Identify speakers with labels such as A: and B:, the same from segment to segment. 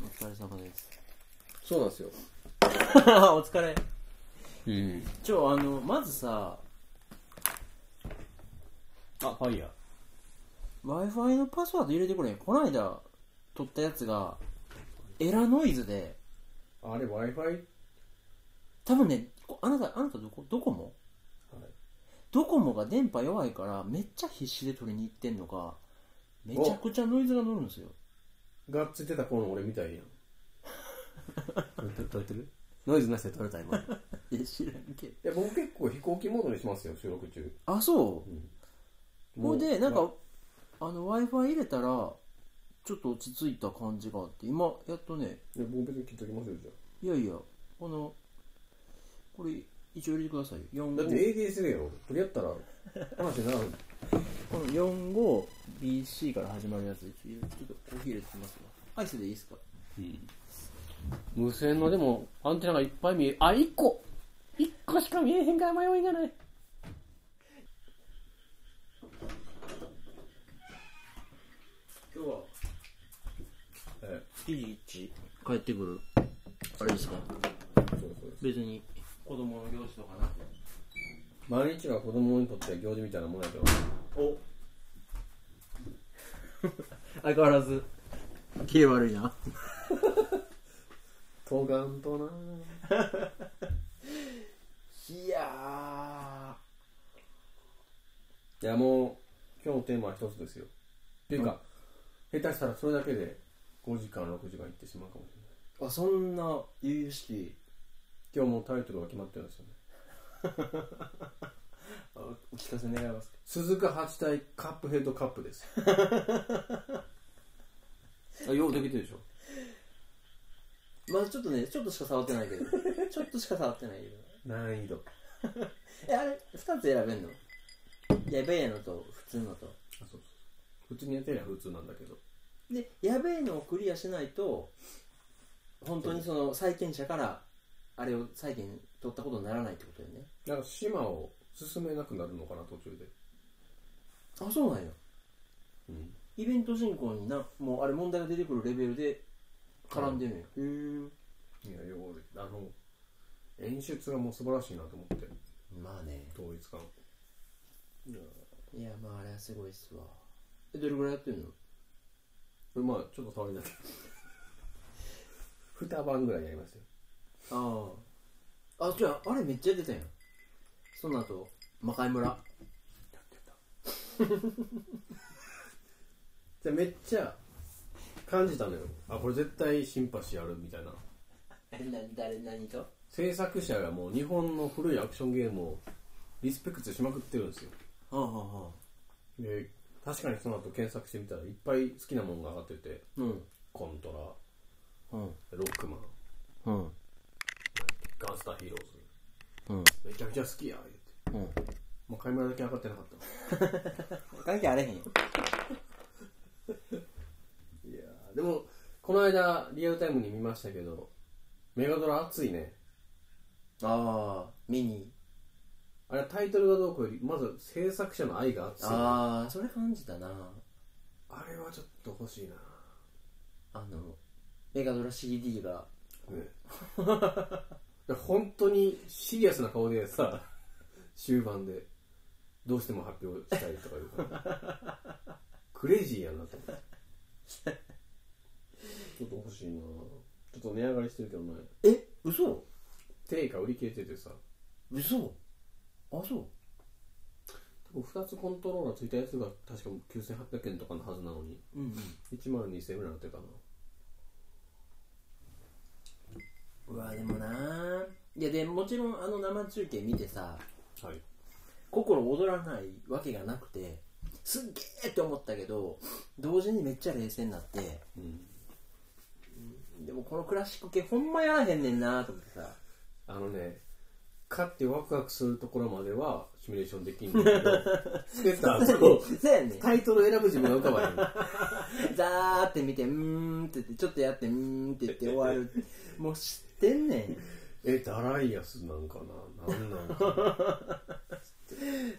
A: お疲れ様です。
B: そうなんですよ。
A: お疲れ。
B: うん。
A: ちょ、あの、まずさ、あ、ファイヤー。Wi-Fi のパスワード入れてくれん。こないだ、撮ったやつが、エラノイズで、
B: あれ Wi-Fi?
A: 多分ね、こあなた、あなたどこ、ドコモドコモが電波弱いから、めっちゃ必死で取りに行ってんのか、めちゃくちゃノイズが乗るんですよ。
B: がっついてた頃の俺みたいやん。撮れてるノイズなしで撮れた今。い
A: え、知らんけど。
B: や、僕結構飛行機モードにしますよ、収録中。
A: あ、そう。
B: も
A: ほ
B: う
A: いでなんか
B: ま
A: あの w i f i 入れたらちょっと落ち着いた感じがあって今やっとね
B: いや、僕別に切っときますよ、じゃ
A: いやいやこのこれ一応入れてくださいよ
B: あ。だって
A: 45
B: ADS だよ。取り合ったら、話にならん。
A: この 45BC から始まるやつ一応入れてちょっとコーヒー入れてきますわアイスでいいですか
B: 無線のでも、アンテナがいっぱい見え、あ、1個 !1 個しか見えへんから迷いがない。
A: 今日は
B: え
A: ピリッチ帰ってくるあれですか
B: そうそうです。
A: 別に子供の行事とかなく
B: 毎日が子供にとっては行事みたいなもんやけど。
A: お相変わらず気悪いな
B: とがんとない
A: や
B: いやもう今日のテーマは一つですよっていうか、下手したらそれだけで5時間6時間いってしまうかもしれない
A: ーあそんな由々しき
B: 今日もうタイトルが決まってるんですよね
A: あお聞かせ願いますか
B: 鈴鹿八対カップヘッドカップですあようできてるでしょ
A: まあちょっとねちょっとしか触ってないけ どちょっとしか触ってないけど
B: 難易度
A: えあれ2つ選べんのやべえのと普通のと
B: あそうそう普通にやってりゃ普通なんだけど
A: でやべえのをクリアしないと本当にその債権者からあれを債権取ったことにならないってことよね
B: なんか島を進めなくなるのかな途中で
A: あそうなんや
B: うん
A: イベント進行になもうあれ問題が出てくるレベルで絡んでるんや、へ
B: いやようあの演出がもう素晴らしいなと思って
A: えまあね
B: 統一感いや
A: いやまああれはすごいっすわえどれぐらいやってんの
B: これまあちょっと触りだけ二晩ぐらいやりましたよ
A: あああじゃああれめっちゃ出たやんその後魔界村
B: やってたじゃあめっちゃ感じたのよあこれ絶対シンパシーあるみたいな
A: 何誰何と
B: 制作者がもう日本の古いアクションゲームをリスペクトしまくってるんですよ
A: はあはあはあ
B: で確かにその後検索してみたらいっぱい好きなものが上がってて
A: うん
B: コントラ
A: うん
B: ロックマン
A: うん
B: ガンスターヒーロー
A: うん
B: ズめちゃくちゃ好きや言って
A: うん
B: もう買い物だけ上がってなかった
A: 関係あれへんよ
B: いやーでもこの間リアルタイムに見ましたけどメガドラ熱いね
A: ああミニ
B: あれはタイトルがどうこうよりまず制作者の愛が熱いあ
A: ああそれ感じたな
B: れはちょっと欲しいな、
A: あのメガドラ CD が
B: ね、 で本当にシリアスな顔でさ終盤でどうしても発表したいとか言うから クレイジーやなと思って ちょっと欲しいなちょっと値上がりしてるけどね
A: え嘘
B: 定価売り切れててさ
A: 嘘あそう
B: 2つコントローラーついたやつが確か9800円とかのはずなのに
A: うん
B: 1万2000円ぐらいになってたな
A: うんうわでもないやでもちろんあの生中継見てさ
B: はい
A: 心躍らないわけがなくてすっげーって思ったけど同時にめっちゃ冷静になって
B: うん
A: でもこのクラシック系ほんまやらへんねんなと思ってさ
B: あのね勝ってワクワクするところまではシミュレーションできんだけ どつけた後
A: そうやねん
B: タイトル選ぶ自分が浮かばへん
A: ザーって見てうーんって言ってちょっとやってうーんって言って終わるもう知ってんねん
B: えダライアスなんかななんなんかな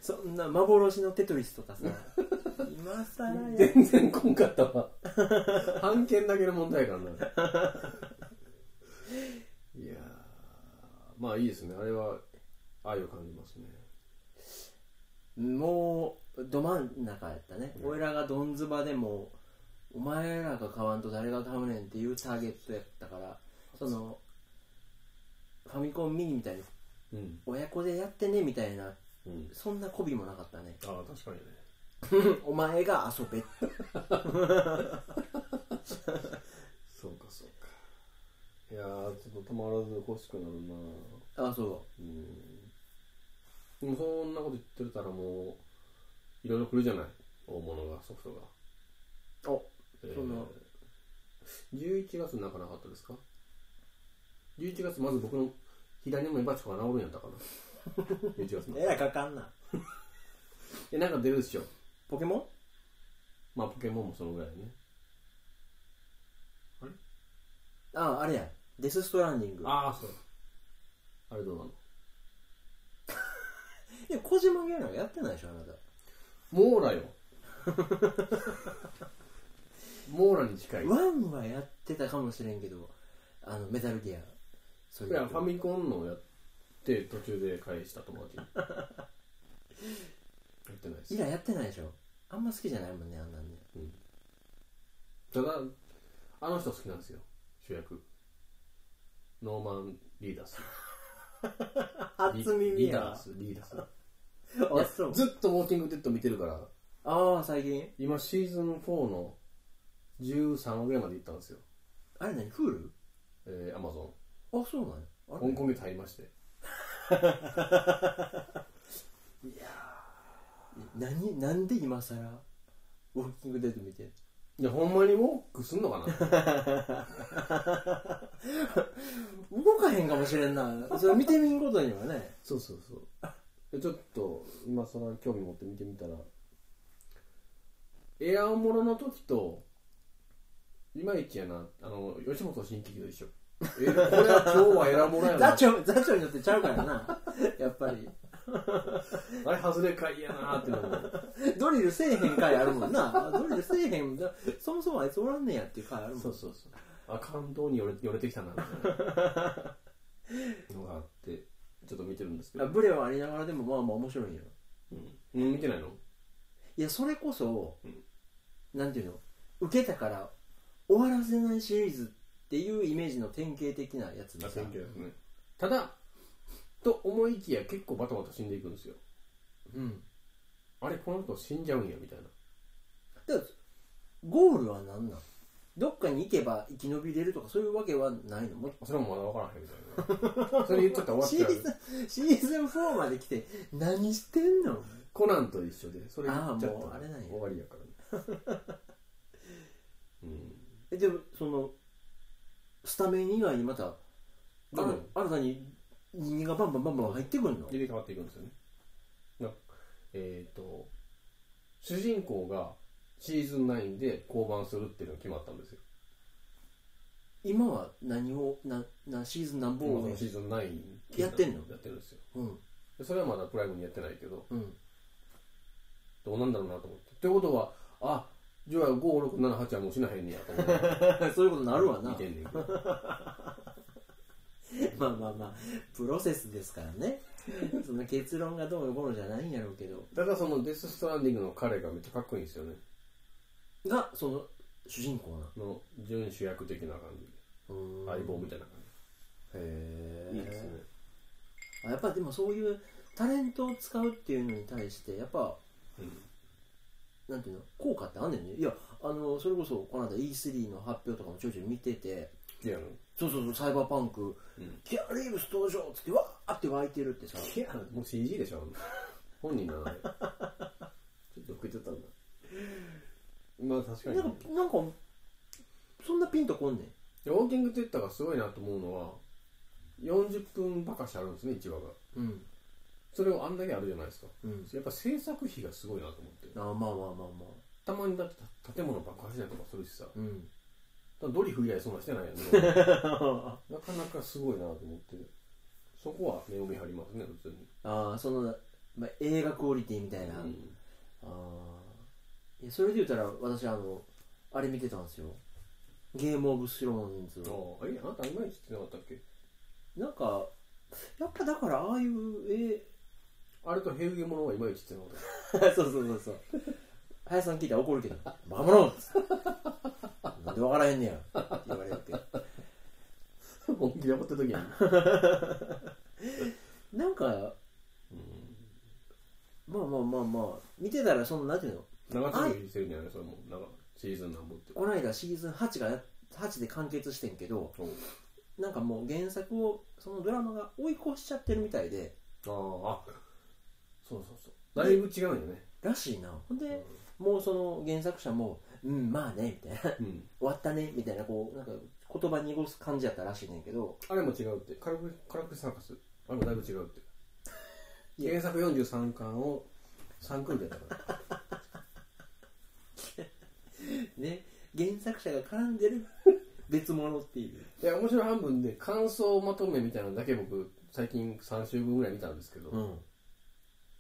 A: そんな幻のテトリスとかさ今さらや
B: 全然こんかった わ案件だけの問題感ないやーまあいいですねあれは愛を感じますね
A: もうど真ん中やったね、
B: うん
A: 俺らがどんずばでもお前らが買わんと誰が買うねんっていうターゲットやったからそのファミコンミニみたいに
B: うん
A: 親子でやってねみたいな
B: うん
A: そんな媚びもなかった ね
B: ああ確かにね
A: お前が遊べって
B: そうかそうかいやーちょっとたまらず欲しくなるな
A: あそ
B: うんでもそんなこと言ってたらもういろいろ来るじゃない大物がソフトが
A: うお
B: えー
A: その
B: 11月なんかなかったですか11月まず僕の左の目バチコが治るんやったかな 11月の
A: えらいかかんな
B: えなんか出るでしょ
A: ポケモン
B: まあポケモンもそのぐらいね
A: ああれやデス・ストランディング
B: ああそうあれどうなの
A: でも小島ゲームやってないでしょあなた
B: モーラ よモーラに近い
A: ワンはやってたかもしれんけどあのメタルギアそ
B: いやファミコンのやって途中で返した 友達やってないです
A: 以来やってないでしょあんま好きじゃないもんねあんなんね
B: ただあの人好きなんですよ主役ノーマン・リーダースリリーダースリーダース
A: あそう
B: ずっとウォーキングデッド見てるから
A: ああ最近
B: 今シーズン4の13話ぐらいまで行ったんですよ
A: あれ何フール
B: えー、アマゾ
A: あそうなのあれ
B: ン今今月入りまして
A: 何なんで今更ウォーキングデッド見てる
B: いやほんまにウォークすんのかな
A: 動かへんかもしれん なそれ見てみんことにはね
B: そうそうそうでちょっと今その興味持って見てみたらエアおもろの時といまいちやなあの吉本新喜劇と一緒えこれは今日はエアモロや
A: 座
B: な
A: 長座長によってちゃうからな やっぱり
B: あれ外れかいやなってなる
A: ドリルせえへん回あるもんなドリルせえへんそもそもあいつおらんねやっていう回あるもん
B: そうそうそうあ感動によれよれてきたなみたいなのがあってちょっと見てるんですけ
A: あ
B: ど、
A: ブレはありながらでもまあまあ面白いんよ
B: うん、うん見てないの
A: いやそれこそ、
B: うん
A: なんていうの受けたから終わらせないシリーズっていうイメージの典型的なやつでさ
B: ですねただと思いきや結構バタバタ死んでいくんですよ
A: うん
B: あれこの人死んじゃうんやみたいな
A: だからゴールは何なんどっかに行けば生き延びれるとかそういうわけはないのもう
B: それもまだ分からへんみたいなそれ言っちゃったら
A: シ
B: 終わ
A: ー
B: っちゃ
A: ズ
B: う
A: ンシーズン4まで来て何してんの
B: コナンと一緒でそれ言っちゃ
A: あ
B: っ
A: ー
B: た
A: もうあれなんや
B: 終わりやからねうん
A: えでもそのスタメン以外にまたあ
B: どうも
A: 新たに人間がバンバンバンバン入ってくるの
B: 入れ替わっていくんですよねなえっ、と主人公がシーズン9で降板するっていうのが決まったんですよ
A: 今は何をななシーズン何本
B: もうそのシーズン9
A: やってんの
B: やってるんですよ
A: うん
B: でそれはまだプライムにやってないけど
A: うん
B: どうなんだろうなと思ってってことはあじゃあ5678はもう死なへんねやと思って
A: そういうことなるわ
B: 見
A: な
B: てんねんけど
A: まあまあまあプロセスですからねその結論がどうのこうのじゃないんやろうけど
B: ただそのデス・ストランディングの彼がめっちゃかっこいいんですよね
A: がその主人公な
B: の準主役的な感じ相棒みたいな感
A: へえ
B: じいいですね
A: やっぱでもそういうタレントを使うっていうのに対してやっぱなんていうの効果ってあんねんねいやあのそれこそこの間 E3 の発表とかもちょいちょい見てて
B: いや
A: そうそうそうサイバーパンク
B: うん
A: キアリーブス登場っつってわーって湧いてるってさ
B: いやもう CG でしょ本人なのちょっと受けてたんだまあ確かに
A: なんかなんかそんなピンとこんねん
B: でウォーキング・デッドがすごいなと思うのは40分ばかしあるんですね1話が
A: うん
B: それをあんだけあるじゃないですか
A: うん
B: やっぱ制作費がすごいなと思って
A: あまあまあまあまあ
B: たまにだってた建物爆破したりとかするしさ
A: うん
B: だからドリフ以外そんなしてない やんね
A: あ
B: なかなかすごいなと思ってそこは目を見張りますね普通に
A: あその、まあ、映画クオリティみたいな、あ
B: うん
A: あいやそれで言ったら私あのあれ見てたんですよゲームオブスローンズを
B: ああえあなたいまいちってなかったっけ
A: なんかやっぱだからああいうえ
B: あれとヘウゲモノはいまいちってなかった っ
A: そうそうそうそう林さん聞いたら怒るけど「バカ者!」っつって「なんで分からへんねや」って言われるけど
B: け 本気で怒った時に、
A: なんかまあまあまあまあ見てたらそのなんていうの
B: 長続きしてるんじゃないそれも長シーズンなんぼって
A: この間シーズン8がや8で完結してんけど
B: そう
A: なんかもう原作をそのドラマが追い越しちゃってるみたいで
B: ああそうそうそうだいぶ違うんよね、
A: らしいなほんでもうその原作者も「うんまあね」みたいな
B: うん、
A: 「終わったね」みたいなこうなんか言葉濁す感じやったらしいねんけど
B: あれも違うってカラクカラクリサーカスあれもだいぶ違うって
A: いや
B: 原作43巻を3クールでやったから
A: ね原作者が絡んでる 別物っていう
B: いや面白い半分で感想まとめみたいなのだけ僕最近3週分ぐらい見たんですけど、
A: ん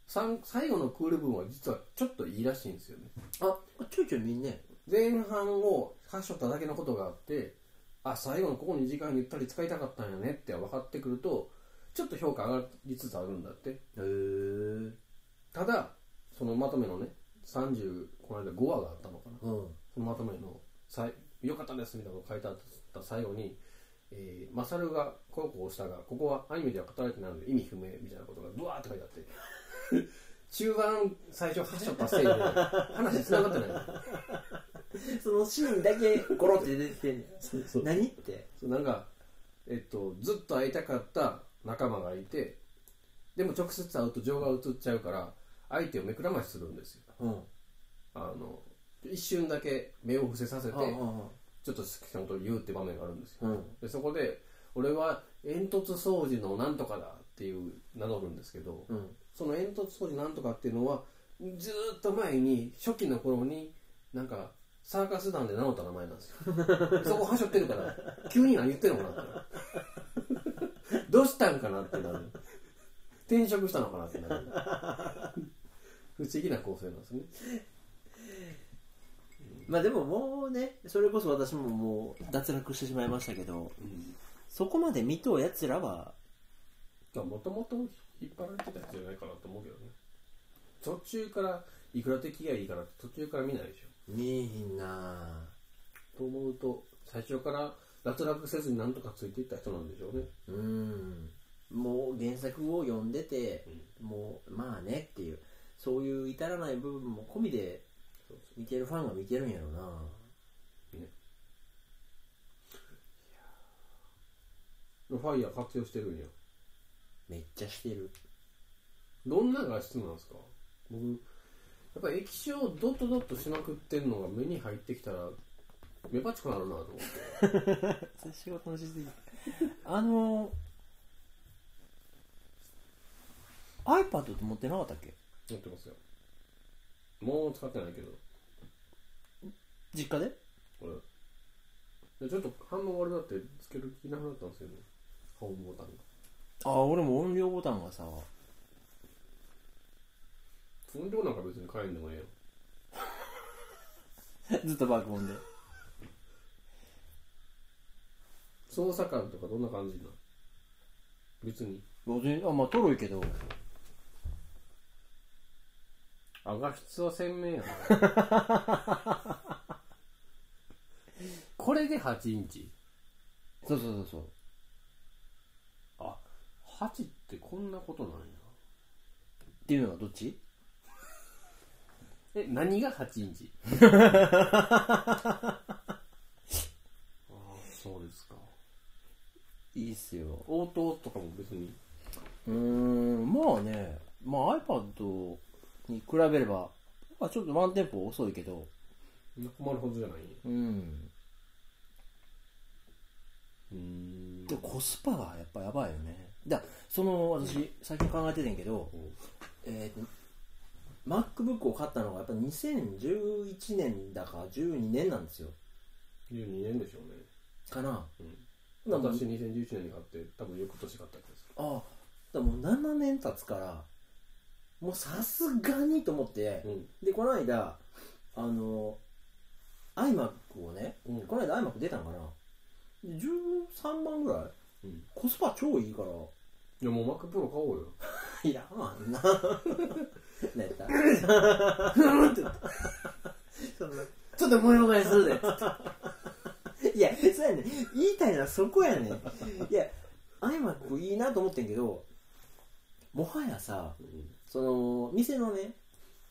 B: 三最後のクール分は実はちょっといいらしいんですよね
A: あちょいちょいみんな
B: 前半をはしょっただけのことがあってあ最後のここ2時間ゆったり使いたかったんやねって分かってくるとちょっと評価上がりつつあるんだって
A: へえ
B: ただそのまとめのね30この間5話があったのかな
A: うん
B: そのまとめの最「良かったです」みたいなの書いてあった最後に「えー、マサルがこうこうしたがここはアニメでは語られてないので意味不明」みたいなことがブワーって書いてあって中盤最初発射達成で話繋がってない
A: そのシーンだけゴロって出てきてんねん何って
B: そうなんか、えっと、ずっと会いたかった仲間がいてでも直接会うと情が移っちゃうから相手を目くらましするんですよ
A: うん
B: あの一瞬だけ目を伏せさせて
A: うん
B: ちょっと好きなことを言うって場面があるんですよ
A: うん
B: でそこで俺は煙突掃除のなんとかだっていう名乗るんですけど
A: うん
B: その煙突掃除なんとかっていうのはずーっと前に初期の頃になんかサーカス団で名乗った名前なんですよ そこはしょってるから急に何言ってるのかなってどうしたんかなってなる転職したのかなってなる不思議な構成なんですね
A: まあでももうねそれこそ私ももう脱落してしまいましたけどそこまで見とうやつらは
B: もともと引っ張られてたやつじゃないかなと思うけどね途中からいくら敵がいいからって途中から見ないでし
A: 見えへんな
B: ょと思うと最初から脱落せずになんとかついていった人なんでしょうね
A: うんもう原作を読んでてもうまあねっていうそういう至らない部分も込みで
B: そうそ
A: 見てるファンが見てるんやろうな
B: うファイヤー活用してるんや
A: めっちゃしてる
B: どんな画質なんですか僕やっぱり液晶をドットドットしまくってんのが目に入ってきたら目バチコなるなと思って
A: 仕事のしすぎ あの iPad って持ってなかったっけ
B: 思ってますよもう使ってないけど
A: 実家で
B: これでちょっと反応悪だってつける気なくなったんですよねホームボタンが
A: ああ俺も音量ボタンがさ
B: 音量なんか別に変えんでもええよ
A: ずっと爆音で
B: 操作感とかどんな感じなの別に
A: 別にあまあとろいけど
B: あ画質は鮮明やなこれで8インチ
A: そうそうそうそう
B: あ8ってこんなことなんや
A: っていうのはどっち
B: え何が8インチああそうですか
A: いいっすよ
B: 応答とかも別に
A: うーんまあね、まあ、iPad に比べればまあちょっとワンテンポ遅いけど
B: 困るほどじゃないんや
A: うん
B: うーん
A: でもコスパがやっぱやばいよねだその私最近考えててんけどえーと MacBook を買ったのがやっぱ2011年だか12年なんですよ
B: 12年でしょうね
A: かな
B: うん、
A: なんか
B: 私2011年に買って多分翌年買ったやつです
A: ああだからもう7年経つからもうさすがにと思って、
B: うん
A: でこの間あの iMac をね
B: うん
A: この間 iMac 出たんかなで13万ぐらい
B: うん
A: コスパ超いいから
B: いやもう MacPro 買おうよ
A: いらんわあんな 何やったうんって言ったそんなちょっと模様替えするでっつっていやそうやねん言いたいのはそこやねんいや iMac いいなと思ってんけどもはやさその店のね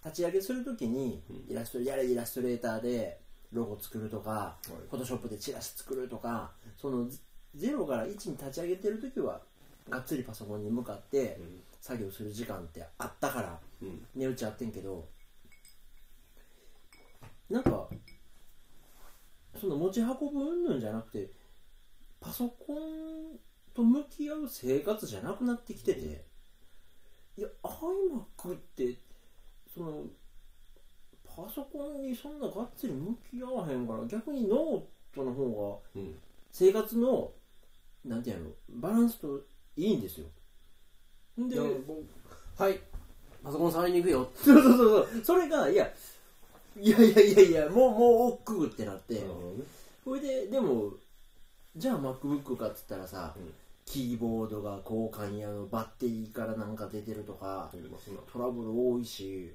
A: 立ち上げするときに
B: うん
A: イラストやれイラストレーターでロゴ作るとか
B: はい
A: フォトショップでチラシ作るとかその0から1に立ち上げてるときはがっつりパソコンに向かって作業する時間ってあったから
B: うんうん
A: 値打ちあってんけどなんかその持ち運ぶ云々じゃなくてパソコンと向き合う生活じゃなくなってきてて、いや iMac ってそのパソコンにそんながっつり向き合わへんから逆にノートの方が
B: うん
A: 生活のなんていうのバランスといいんですよんで
B: ではいパソコン触りに行くよ
A: そうそうそうそう。それが、いや、いやいやいやいや、もう、もう、億劫ってなって。それで、でも、じゃあ MacBook かっつったらさ、
B: うん
A: キーボードが交換やのバッテリーからなんか出てるとか、
B: まあそんな
A: トラブル多いし、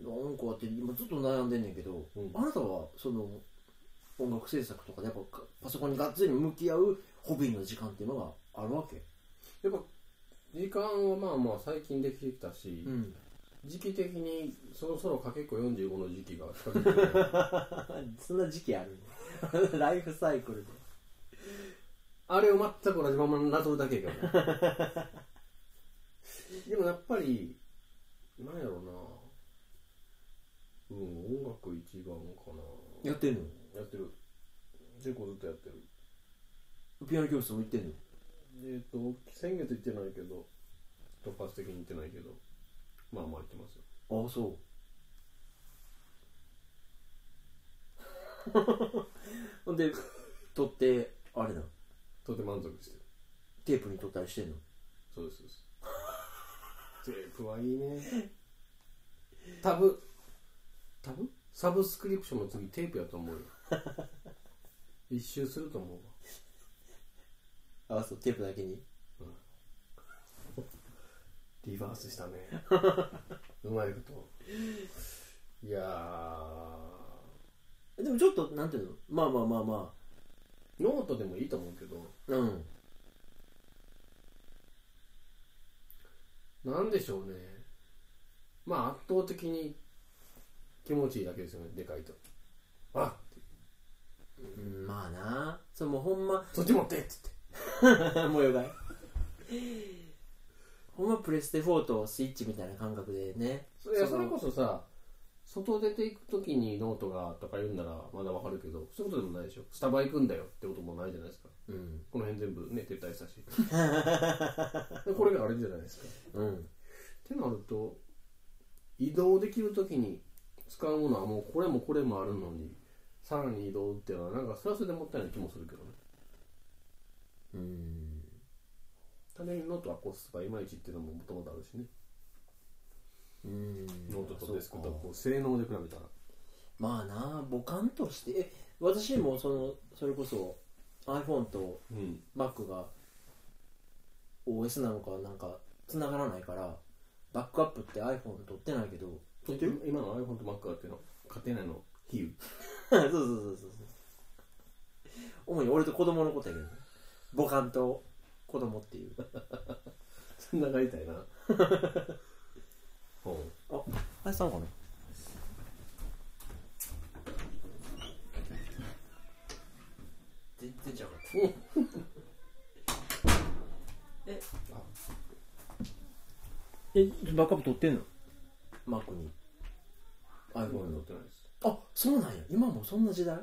A: なんかって今ずっと悩んでんねんけど、
B: うん
A: あなたはその音楽制作とかでやっぱパソコンにがっつり向き合うホビーの時間っていうのがあるわけ。
B: やっぱ時間はまあまあ最近できてきたし、
A: ん。
B: 時期的にそろそろかけっこ45の時期が近づいてる
A: そんな時期ある ライフサイクルで。
B: あれを全く同じままなぞるだけやけどねでもやっぱりなんやろうなうん音楽一番かな
A: やってんの
B: やってる結構ずっとやってる
A: ピアノ教室も行ってんの
B: えっ、と先月行ってないけど突発的に行ってないけどまあまあ行ってますよ
A: ああそう ほんで撮ってあれなの
B: とても満足してる
A: テープに撮ったりしてんの
B: そうですそうです テープはいいねタブタブサブスクリプションの次テープやと思 うよ一周すると思う
A: あ
B: わ
A: あそうテープだけに
B: リバースしたね うまいこといや
A: でもちょっとなんていうのまあまあまあま
B: ーノートでもいいと思うけど
A: あうん
B: なんでしょうねまあ圧倒的に気持ちいいだけですよねでかいとあ
A: うんまあなそうもうほん ま
B: そっち持ってっつって
A: もうやばいほんまプレステ4とスイッチみたいな感覚でね
B: それ
A: そ
B: そ
A: の
B: れこそさ外出ていく時にノートがとか言うんならまだわかるけどそういうことでもないでしょスタバ行くんだよってこともないじゃないですか
A: うん
B: この辺全部ね撤退したしでこれがあれじゃないですか
A: うん
B: ってなると移動できる時に使うものはもうこれもこれもあるのにさらに移動っていうのはなんかそれはそれでもったいない気もするけどね
A: うん
B: 単純にノートはコスパいまいちっていうのももともとあるしね
A: うん
B: ノートとデスクトッ
A: そうか
B: プを性能で比べたら
A: まあなあ母感としてえ私もそのそれこそ iPhone と
B: うん
A: Mac が OS なのかなんか繋がらないからバックアップって iPhone 取ってないけど 取ってる
B: 今の iPhone と Mac はっていうのは家庭内の比 喩
A: そうそうそうそう主に俺と子供のことやけどね母感と子供っていう
B: つながりた いなほ
A: あれさんかな全然ちゃうかったええバックアップ取ってんのマックに
B: う
A: iPhone
B: 僕乗
A: の
B: ってないです
A: あそうなんや今もそんな時代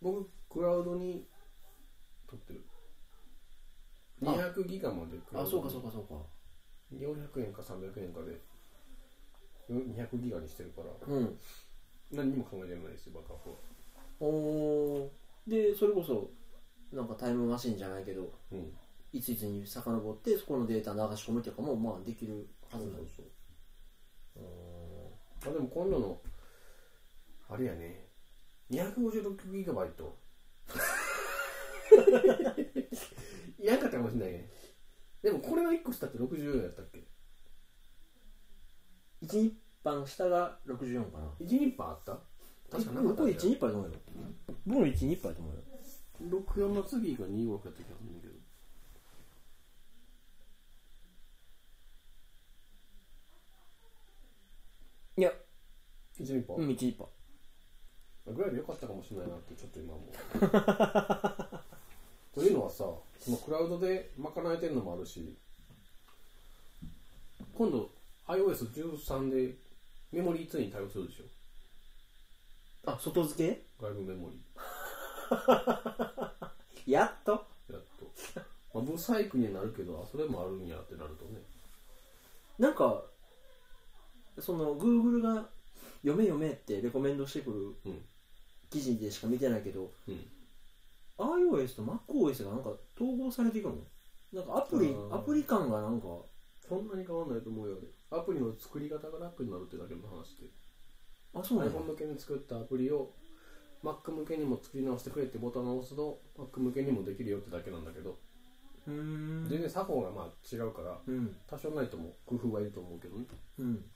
B: 僕クラウドに撮ってる
A: あ
B: 200ギガまでクラ
A: あ
B: ウ
A: そ
B: ド
A: う
B: に
A: かそうかそうか
B: 400円か300円かでよ200ギガにしてるから
A: うん
B: 何にも考えてないですよバカップは
A: おーでそれこそなんかタイムマシンじゃないけど
B: うん
A: いついつに遡ってそこのデータ流し込むというかもまあできるはずなんです
B: そうあでも今度のあれやね 256GB いらんかったかもしれないねでもこれは1個下って64やったっけ
A: 1日版下が64かな
B: 1ニッパーあった確かなかった
A: 僕
B: ん
A: 1
B: じゃない
A: 日杯だと思うよ僕1日杯だと思うよ
C: 64の次が25やった気がするんだけど
A: いや
B: 1ニッパー
A: うん1日杯
B: ぐらいでよかったかもしれないなってちょっと今もうというのはさそのクラウドで賄えてるのもあるし今度 iOS13 でメモリー2に対応するでしょ
A: あ外付け
B: 外部メモリ
A: やっと
B: ーやっと、 まあ、ブサイクにはなるけどあそれもあるんやってなるとね
A: なんかその Google が「読め読め」ってレコメンドしてくる
B: うん
A: 記事でしか見てないけど、
B: うん
A: iOS と MacOS がなんか統合されていくのなんかアプリ
B: あー
A: アプリ感がなんか
B: そんなに変わんないと思うよアプリの作り方が楽になるってだけの話で
A: あそうなんだ
B: iPhone 向けに作ったアプリを Mac 向けにも作り直してくれってボタンを押すと Mac 向けにもできるよってだけなんだけど
A: うーん
B: 全然作法がまあ違うから
A: うん
B: 多少ないとも工夫はいると思うけどね
A: うん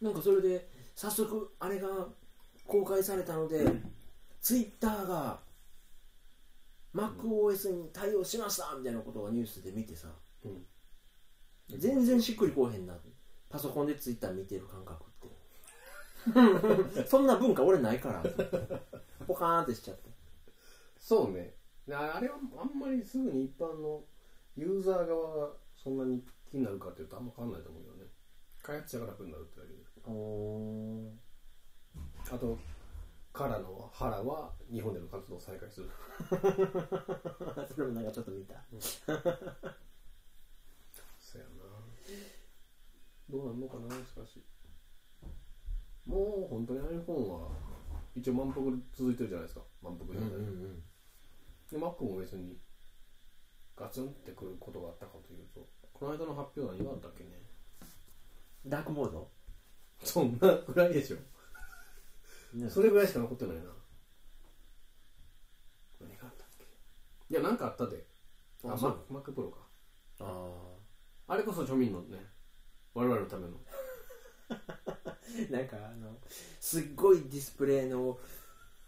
A: なんかそれで早速あれが公開されたので Twitter が MacOS に対応しましたみたいなことがニュースで見てさ、
B: うん
A: 全然しっくりこうへんなパソコンでツイッター見てる感覚 ってそんな文化俺ない からポカーンってしちゃって
B: そうねああれはあんまりすぐに一般のユーザー側がそんなに気になるかっていうとあんま変わんないと思うよね開発者が楽になるってだけで
A: お
B: あとからの原は日本での活動を再開する
A: それもなんかちょっと見た
B: そやなどうなんのかなしかしもう本当に iPhone は一応満腹続いてるじゃないですか満腹状態、
A: ん
B: で Mac も別にガツンってくることがあったかというとこの間の発表は何があったっけね
A: ダークモード
B: そんなぐらいでしょそ
A: れ
B: れぐらいしか残ってないな何があったっけいや何かあったであ
A: あ
B: マ
A: そう
B: Mac Pro か
A: あ
B: あれこそ庶民のね我々のための
A: ー なんかあのすっごいディスプレイの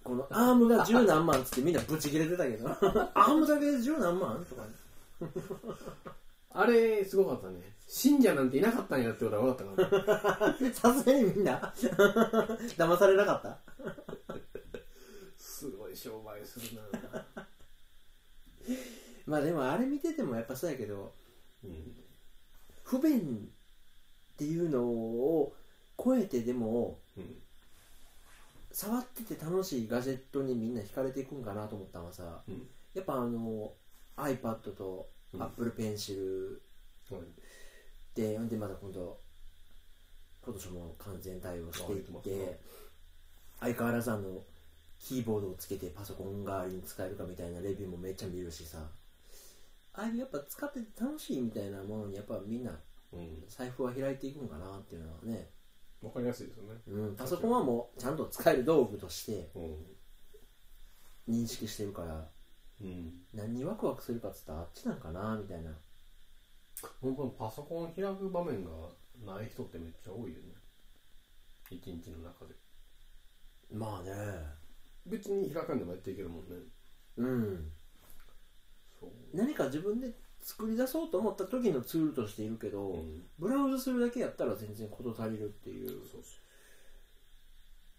A: このアームが十何万っつってみんなブチ切れてたけど アームだけで十何万とか
B: あれすごかったね信者なんていなかったんやってことは分かった からね
A: さすがにみんな 騙されなかった
B: すごい商売するな
A: まあでもあれ見ててもやっぱそうやけど
B: うん
A: 不便っていうのを超えてでも
B: うん
A: 触ってて楽しいガジェットにみんな惹かれていくんかなと思ったのがさ
B: うん
A: やっぱあの iPad と
B: うん
A: Apple Pencil
B: はい
A: で、ほんでまた今度今年も完全対応していっ
B: あ言ってます
A: て
B: ね
A: 相変わらずあのキーボードをつけてパソコン代わりに使えるかみたいなレビューもめっちゃ見るしさああいうやっぱ使ってて楽しいみたいなものにやっぱみんな
B: うん
A: 財布は開いていくんかなっていうのはね、
B: 分かりやすいですよね
A: うん、パソコンはもうちゃんと使える道具として
B: う
A: 認識してるから
B: んうん
A: 何にワクワクするかっつったらあっちなんかなみたいな
B: 本当にパソコン開く場面がない人ってめっちゃ多いよね一日の中で
A: まあね
B: 別に開かんでもやっていけるもんね
A: うん
B: そう
A: 何か自分で作り出そうと思った時のツールとしているけど、
B: うん
A: ブラウズするだけやったら全然事足りるっていう
B: そうそう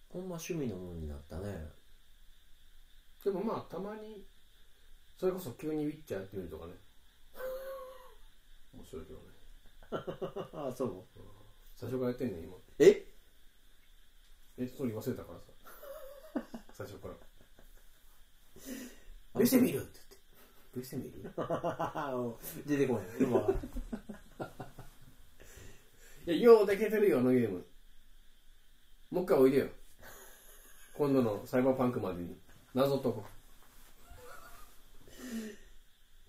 A: ほんま趣味のものになったね
B: でもまあたまにそれこそ急にウィッチャーやってみるとかね面白いけどね
A: ああそう
B: 最初からやってんねん今
A: え
B: えストーリー忘れたからさ最初 から
A: 見てみ
B: るって言ってしてみる
A: 出てこないでも
B: いや、ようできてるよ、あのゲーム。もう一回おいでよ。今度のサイバーパンクまでに。謎解こう。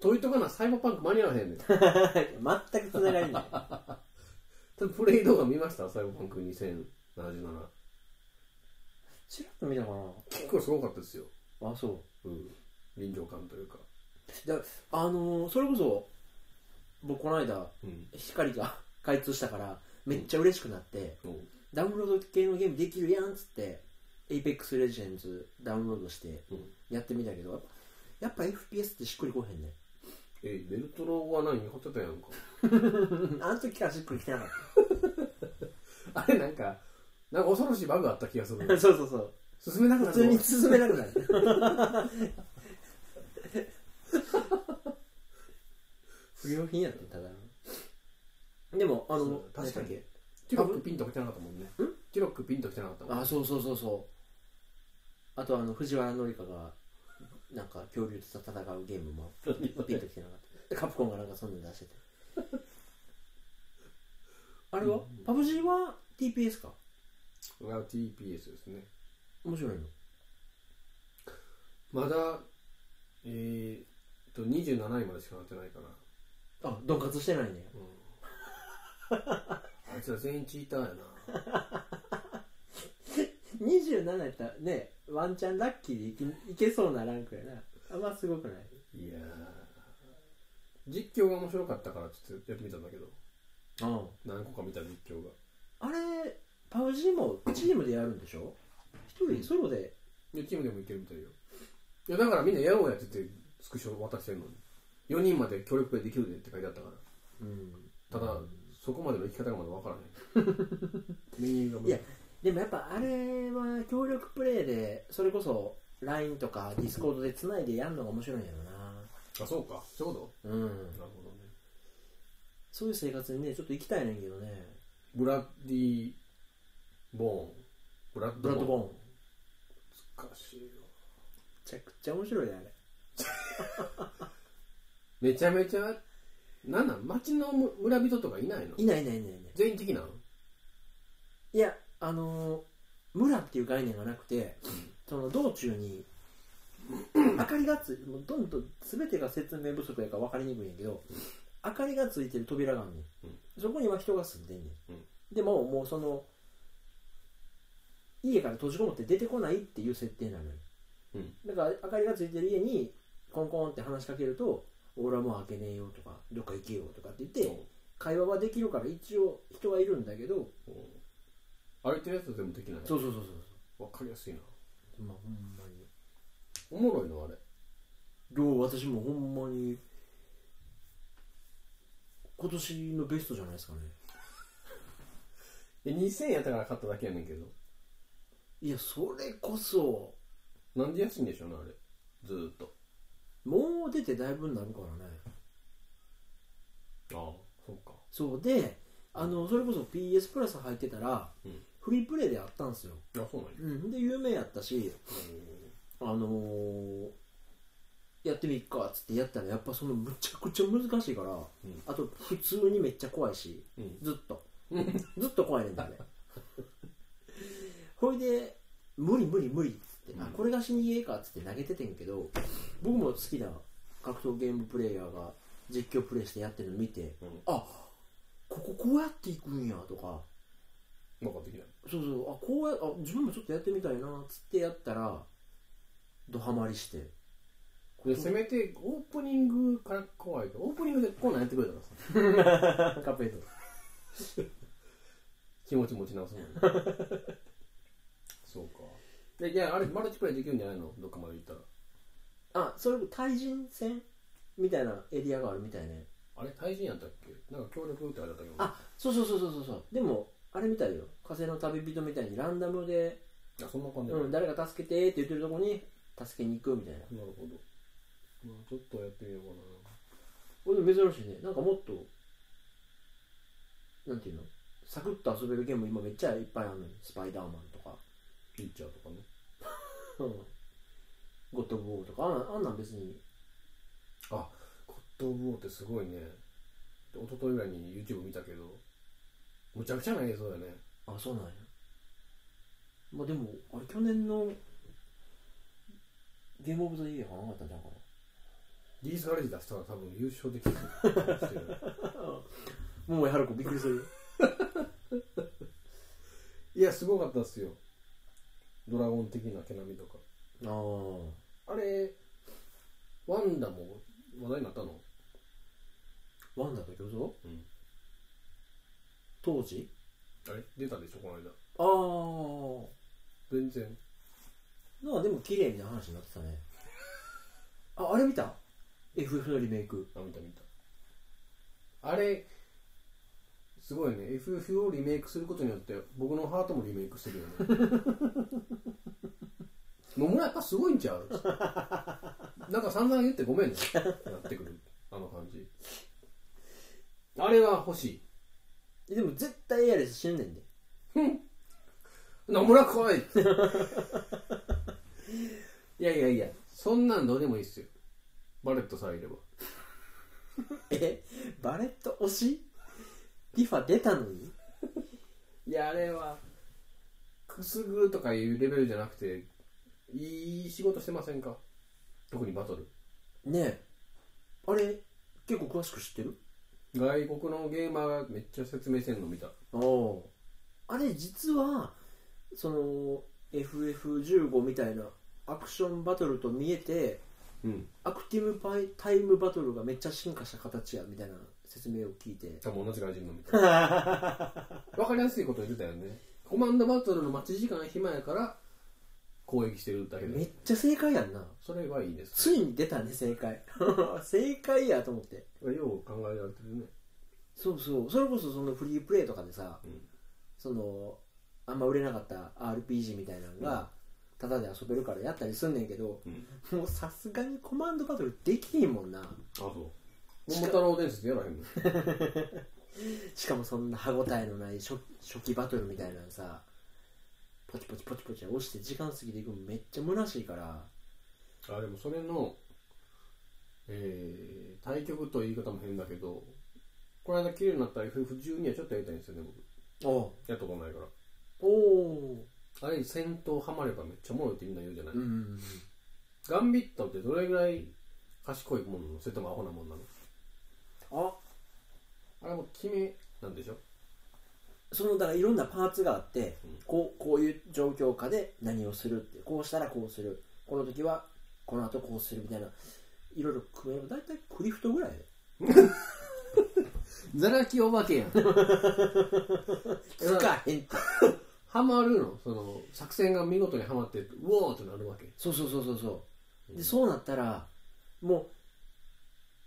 B: 解いとかな、サイバーパンク間に合わへんねん。多
A: 全くつながりない
B: 分プレイ動画見ましたサイバーパンク2077。
A: ちらっと見たか
B: 結構すごかったですよ。
A: なあそう
B: うん。臨場感というか。
A: あのーそれこそ僕この間
B: うん。
A: 光が 開通したからめっちゃ嬉しくなって、ダウンロード系のゲームできるやんっつって「Apex Legends」ダウンロードして
B: うん
A: やってみたけど、やっぱ FPS ってしっくりこへ んね
B: え、ベルトロは何買ってたやんか。
A: あの時からしっくりきてなかっ
B: あれなんか、なんか恐ろしいバグあった気がす
A: た
B: る。
A: そうそうそう
B: 進めなくな
A: 普
B: るの
A: 通に進めなくなる 不良品やったただのでもあの
B: そう確かに
A: 何やったっ
B: ティロックピンと来てなかったもんね。
A: ん
B: ティロックピンと来てなかった
A: け
B: もん。
A: あそうそうそうそうあとあの藤原紀香がなんか恐竜と戦うゲームもピンときてなかったカプコンがなんかそんなの出 しててあれは、パブ G は TPS か
B: これは TPS ですね。
A: 面白いの
B: まだ、えーっと、27位までしかなってないかな。
A: あ鈍活してないね
B: あいつら全員チーターやな。
A: 27やったらねワンチャンラッキーでいけいけそうなランクやなあんますごくない
B: いやー実況が面白かったからちょっとやってみたんだけど、
A: うん
B: 何個か見た実況が。
A: あれパブ G もチームでやるんでしょ一人ソロで
B: で、チームでもいけるみたいよ。いや、だからみんなやろうやって言って、スクショ渡してるのに。4人まで協力プレイできるでって書いてあったから。
A: うん
B: ただ、そこまでの生き方がまだわか らない。メニューが
A: いやでもやっぱあれは協力プレイでそれこそ LINE とか Discord でつないでやるのが面白いんや
B: あ、そうか。そういうこ
A: ろなうん
B: となるほどね。
A: そういう生活にね、ちょっと行きたいねんけどね。
B: ブラッディ・ボーン。ブラッ
A: ブラッドボーン。
B: ン
A: め。
B: 難しいよ。
A: ちゃくちゃ面白いね、あれ。
B: めちゃめちゃ、なんなん町の村人とかいないの
A: いないいないいないいない。
B: 全員的なの
A: いや、あのー村っていう概念がなくて、その道中に、明かりがついもうどんどん全てが説明不足やから分かりにくいんやけど、明かりがついてる扉があんねん。そこには人が住んでんねん。
B: うん
A: でも、もうその、家から閉じこもって出てこないっていう設定なのよ。
B: うん
A: だから、明かりがついてる家に、コンコンって話しかけると、俺はもう開けねえよとか、どっか行けよとかって言って、会話はできるから一応人はいるんだけど、
B: うん歩いてるやつでもできない
A: そうそうそうそうそう。
B: わかりやすいな。
A: まあ、ほんまに。
B: おもろいのあれ。
A: どう私もほんまに、今年のベストじゃないですかね。
B: え、2000円やったから買っただけやねんけど。
A: いや、それこそ、
B: なんで安いんでしょうな、あれ。ずーっと。
A: もう出てだいぶになるからね。
B: ああ、そうか。
A: そうで、あの、それこそ PS プラス入ってたら、
B: うん
A: フリープレイであったんですよ。
B: あ、そうなんや。
A: うん。で、有名やったし、あのーやってみっかっつってやったらやっぱそのむちゃくちゃ難しいから、
B: ん
A: あと普通にめっちゃ怖いし、
B: うん
A: ずっと ずっと怖いねんだねほいで無理無理無理っつって、あこれが死にゲーかっつって投げててんけど僕も好きな格闘ゲームプレイヤーが実況プレイしてやってるの見て、
B: うん
A: あこここうやっていくんやとか
B: なんかできない。
A: そうそうあこうやあ自分もちょっとやってみたいなっつってやったらドハマりして
B: で、せめて、オープニングから怖いけど、オープニングでこんなんやってくれたらさ、
A: カップヘッド
B: 気持ち持ち直すもんね。 そうか。で、いや、あれ、マルチプレイできるんじゃないのどっかまで行ったら。
A: あそれ対人戦みたいなエリアがあるみたいね
B: あれ、対人やったっけなんか協力ってあれだったけど。
A: あそうそうそうそうそうそうでもあれみたいよ火星の旅人みたいにランダムで、
B: いや、そんな感じだ
A: うん、誰か助けてって言ってるとこに助けに行くみたいな
B: なるほど。まあ、ちょっとやってみようか
A: これ珍しいねなんかもっとなんていうのサクッと遊べるゲーム今めっちゃいっぱいあるのにスパイダーマンとか、
B: な。ピッチャーとかね。
A: うん、ゴッド・オブ・ウォーとかあんなあんなん別に
B: あ、ゴッド・オブ・ウォーってすごいね。で一昨日ぐらいに YouTube 見たけど、むちゃくちゃな映像だよね。
A: あそうなんやまあでもあれ去年のゲームオブザイヤーがなかったんじゃんか
B: リースガレージ出したら多分優勝できると思って る。
A: なもうやる子びっくりするよ
B: いや、すごかったっすよ。ドラゴン的な毛並みとか
A: あー
B: あれワンダも話題になったの
A: ワンダと巨像
B: うん
A: 当時
B: あれ出たでしょこの間
A: ああ
B: 全然
A: なんかでも綺麗みたいな話になってたねああれ見た ?FF のリメイク
B: あ見た見たあれすごいね FF をリメイクすることによって僕のハートもリメイクしてるよね 桃やっぱすごいんちゃうなんか散々言ってごめんねなってくるあの感じあれは欲しい
A: でも絶対やれ死んねんで
B: 野村 来い
A: いやいやいや
B: そんなんどうでもいいっすよバレットさえいれば
A: えバレット推しリファ出たのに
B: いやあれはくすぐるとかいうレベルじゃなくていい仕事してませんか特にバトル
A: ねえあれ結構詳しく知ってる
B: 外国のゲーマーがめっちゃ説明してんの見た
A: おあれ実はその FF15 みたいなアクションバトルと見えて
B: うん
A: アクティブパイタイムバトルがめっちゃ進化した形やみたいな説明を聞いて
B: 多分同じ外人の 見たわかりやすいこと言ってたよねコマンドバトルの待ち時間暇やから攻撃してるだけ
A: め
B: で
A: っちゃ正解やんな
B: それはいいです
A: ついに出たね正解 正解やと思って
B: よう考えられてるね
A: そうそうそれこそそのフリープレイとかでさ、
B: うん
A: そのあんま売れなかった RPG みたいなのが、タダで遊べるからやったりすんねんけど
B: うんあ
A: もうさすがにコマンドバトルできひんもんな
B: そう桃太郎伝説やらへんの
A: しかもそんな歯応えのない初初期バトルみたいなのさポチポチポチポチ押して時間過ぎていくのめっちゃ虚しいから
B: あでもそれの、えー、対局という言い方も変だけどこの間綺麗になった FF12 はちょっとやりたいんですよね僕
A: お
B: やったことないか
A: おお
B: らあれ戦闘ハマればめっちゃおもろいってみんな言うじゃない、
A: うん
B: ガンビットってどれぐらい賢いものなのそれともアホなもんなの
A: あ
B: あれも決めなんでしょ
A: そのだからいろんなパーツがあって、
B: うん
A: こうこういう状況下で何をするってこうしたらこうするこの時はこの後こうするみたいないろいろ組めば大体クリフトぐらい
B: ザラキお化けやん
A: つかへんって
B: ハマるのその作戦が見事にハマってうおーってなるわけ
A: そうそうそうそうそう
B: うん
A: でそうなったらも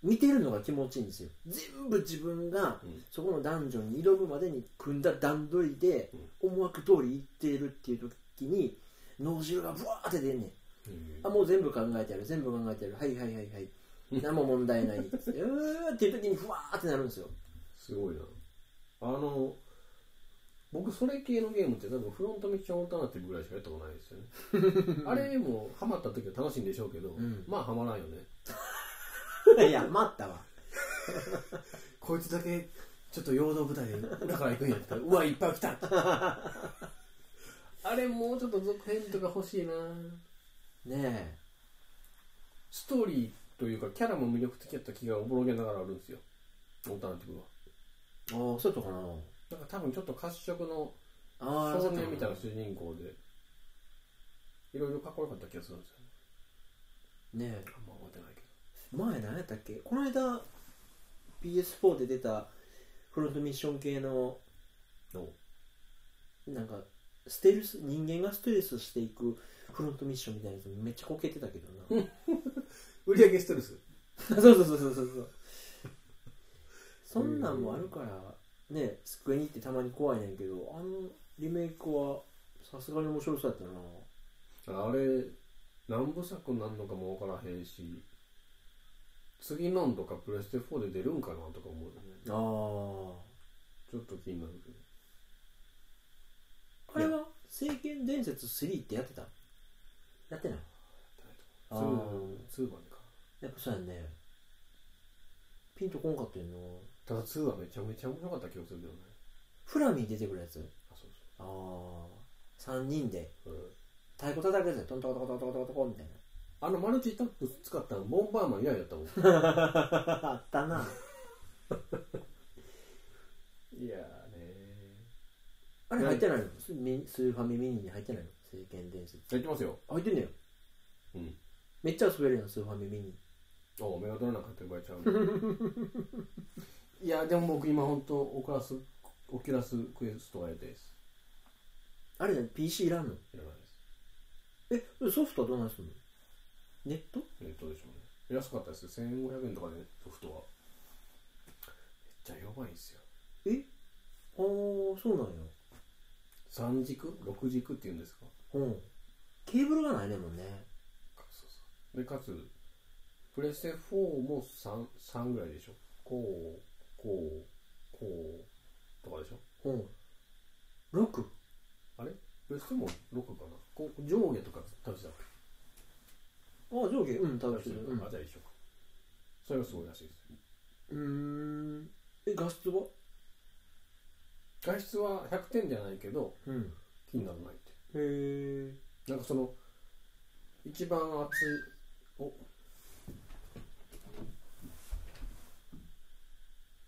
A: う見てるのが気持ちいいんですよ全部自分が
B: うん
A: そこのダンジョンに挑むまでに組んだ段取りで思惑通りいっているっていう時に脳汁がブワーって出んねんあもう全部考えてやる全部考えてやるはいはいはい はい何も問題ないっつってうーっていう時にふわーってなるん ですよ
B: すごいなあの僕それ系のゲームって多分フロントミッションオルタナティブぐらいしかやったことないですよね あれもハマった時は楽しいんでしょうけど、
A: ん
B: まあハマらんよね
A: いや待ったわ
B: こいつだけちょっと陽動部隊で裏から行くんや ったらうわいっぱい来たあれもうちょっと続編とか欲しいな
A: ねえ
B: ストーリーというかキャラも魅力的やった気がおぼろげながらあるんですよオルタナティブは
A: ああそうとかな
B: なんか多分ちょっと褐色の
A: ああ
B: 少年みたいな主人公でいろいろかっこよかった気がするんですよね
A: ねえ
B: あんま覚えてないけど
A: 前何やったっけこの間 PS4 で出たフロントミッション系のなんかステルス人間がステルスしていくフロントミッションみたいなやつめっちゃこけてたけどな
B: 売り上げストレス
A: そうそうそうそうそうそうそんなんもあるからねスクエニってたまに怖いねんけどあのリメイクはさすがに面白そうやったな
B: あれ何部作になるのかもわからへんし次のんとかプレステ4で出るんかなとか思うよね
A: あー
B: ちょっと気になるけど
A: あれは「聖剣伝説3」ってやってたやってないあー
B: 2までか
A: やっぱそうやんねピンとこんかったよな
B: ただ2はめちゃめちゃ面白かった気がするけどね
A: フラミー出てくるやつ
B: あそう
A: ああ3人で
B: そう、うん
A: 太鼓叩くやつやトントコトコトコトコトコみたい
B: あのマルチタップ使ったのボンバーマン以来や ったもん
A: な あったない
B: やーね
A: あれ入ってないのスミスーファミミニに入ってないの聖剣伝説
B: やってますよ。
A: あ入ってんだよ
B: うん。
A: めっちゃ遊べるやんスーファミミに
B: おメガドラなんかやってる場合ちゃうね いや、でも僕今本当オクラス、オキュラスクエストがやりたいです。
A: あれだよ PC いらんの
B: いらないです。
A: えソフトはどうなんすんのネット
B: ネットでしょうね。安かったですよ。1500円とかでソフトは。めっちゃやばいんですよ。
A: えああそうなんや
B: 3軸 ?6 軸っていうんですか
A: うんケーブルがないねんもんね
B: でかつプレステ4も 3, 3ぐらいでしょこうこうこうとかでしょ
A: うん6
B: あれプレステも6かなこう上下とか食べてたっ
A: あ上下うん
B: け
A: 食べてるうん
B: あじゃあ一緒かそれがすごいらしいです
A: うーんえ画質は
B: 外出は100点じゃないけど
A: うん
B: 気にならないって
A: へえ
B: なんかその一番熱いお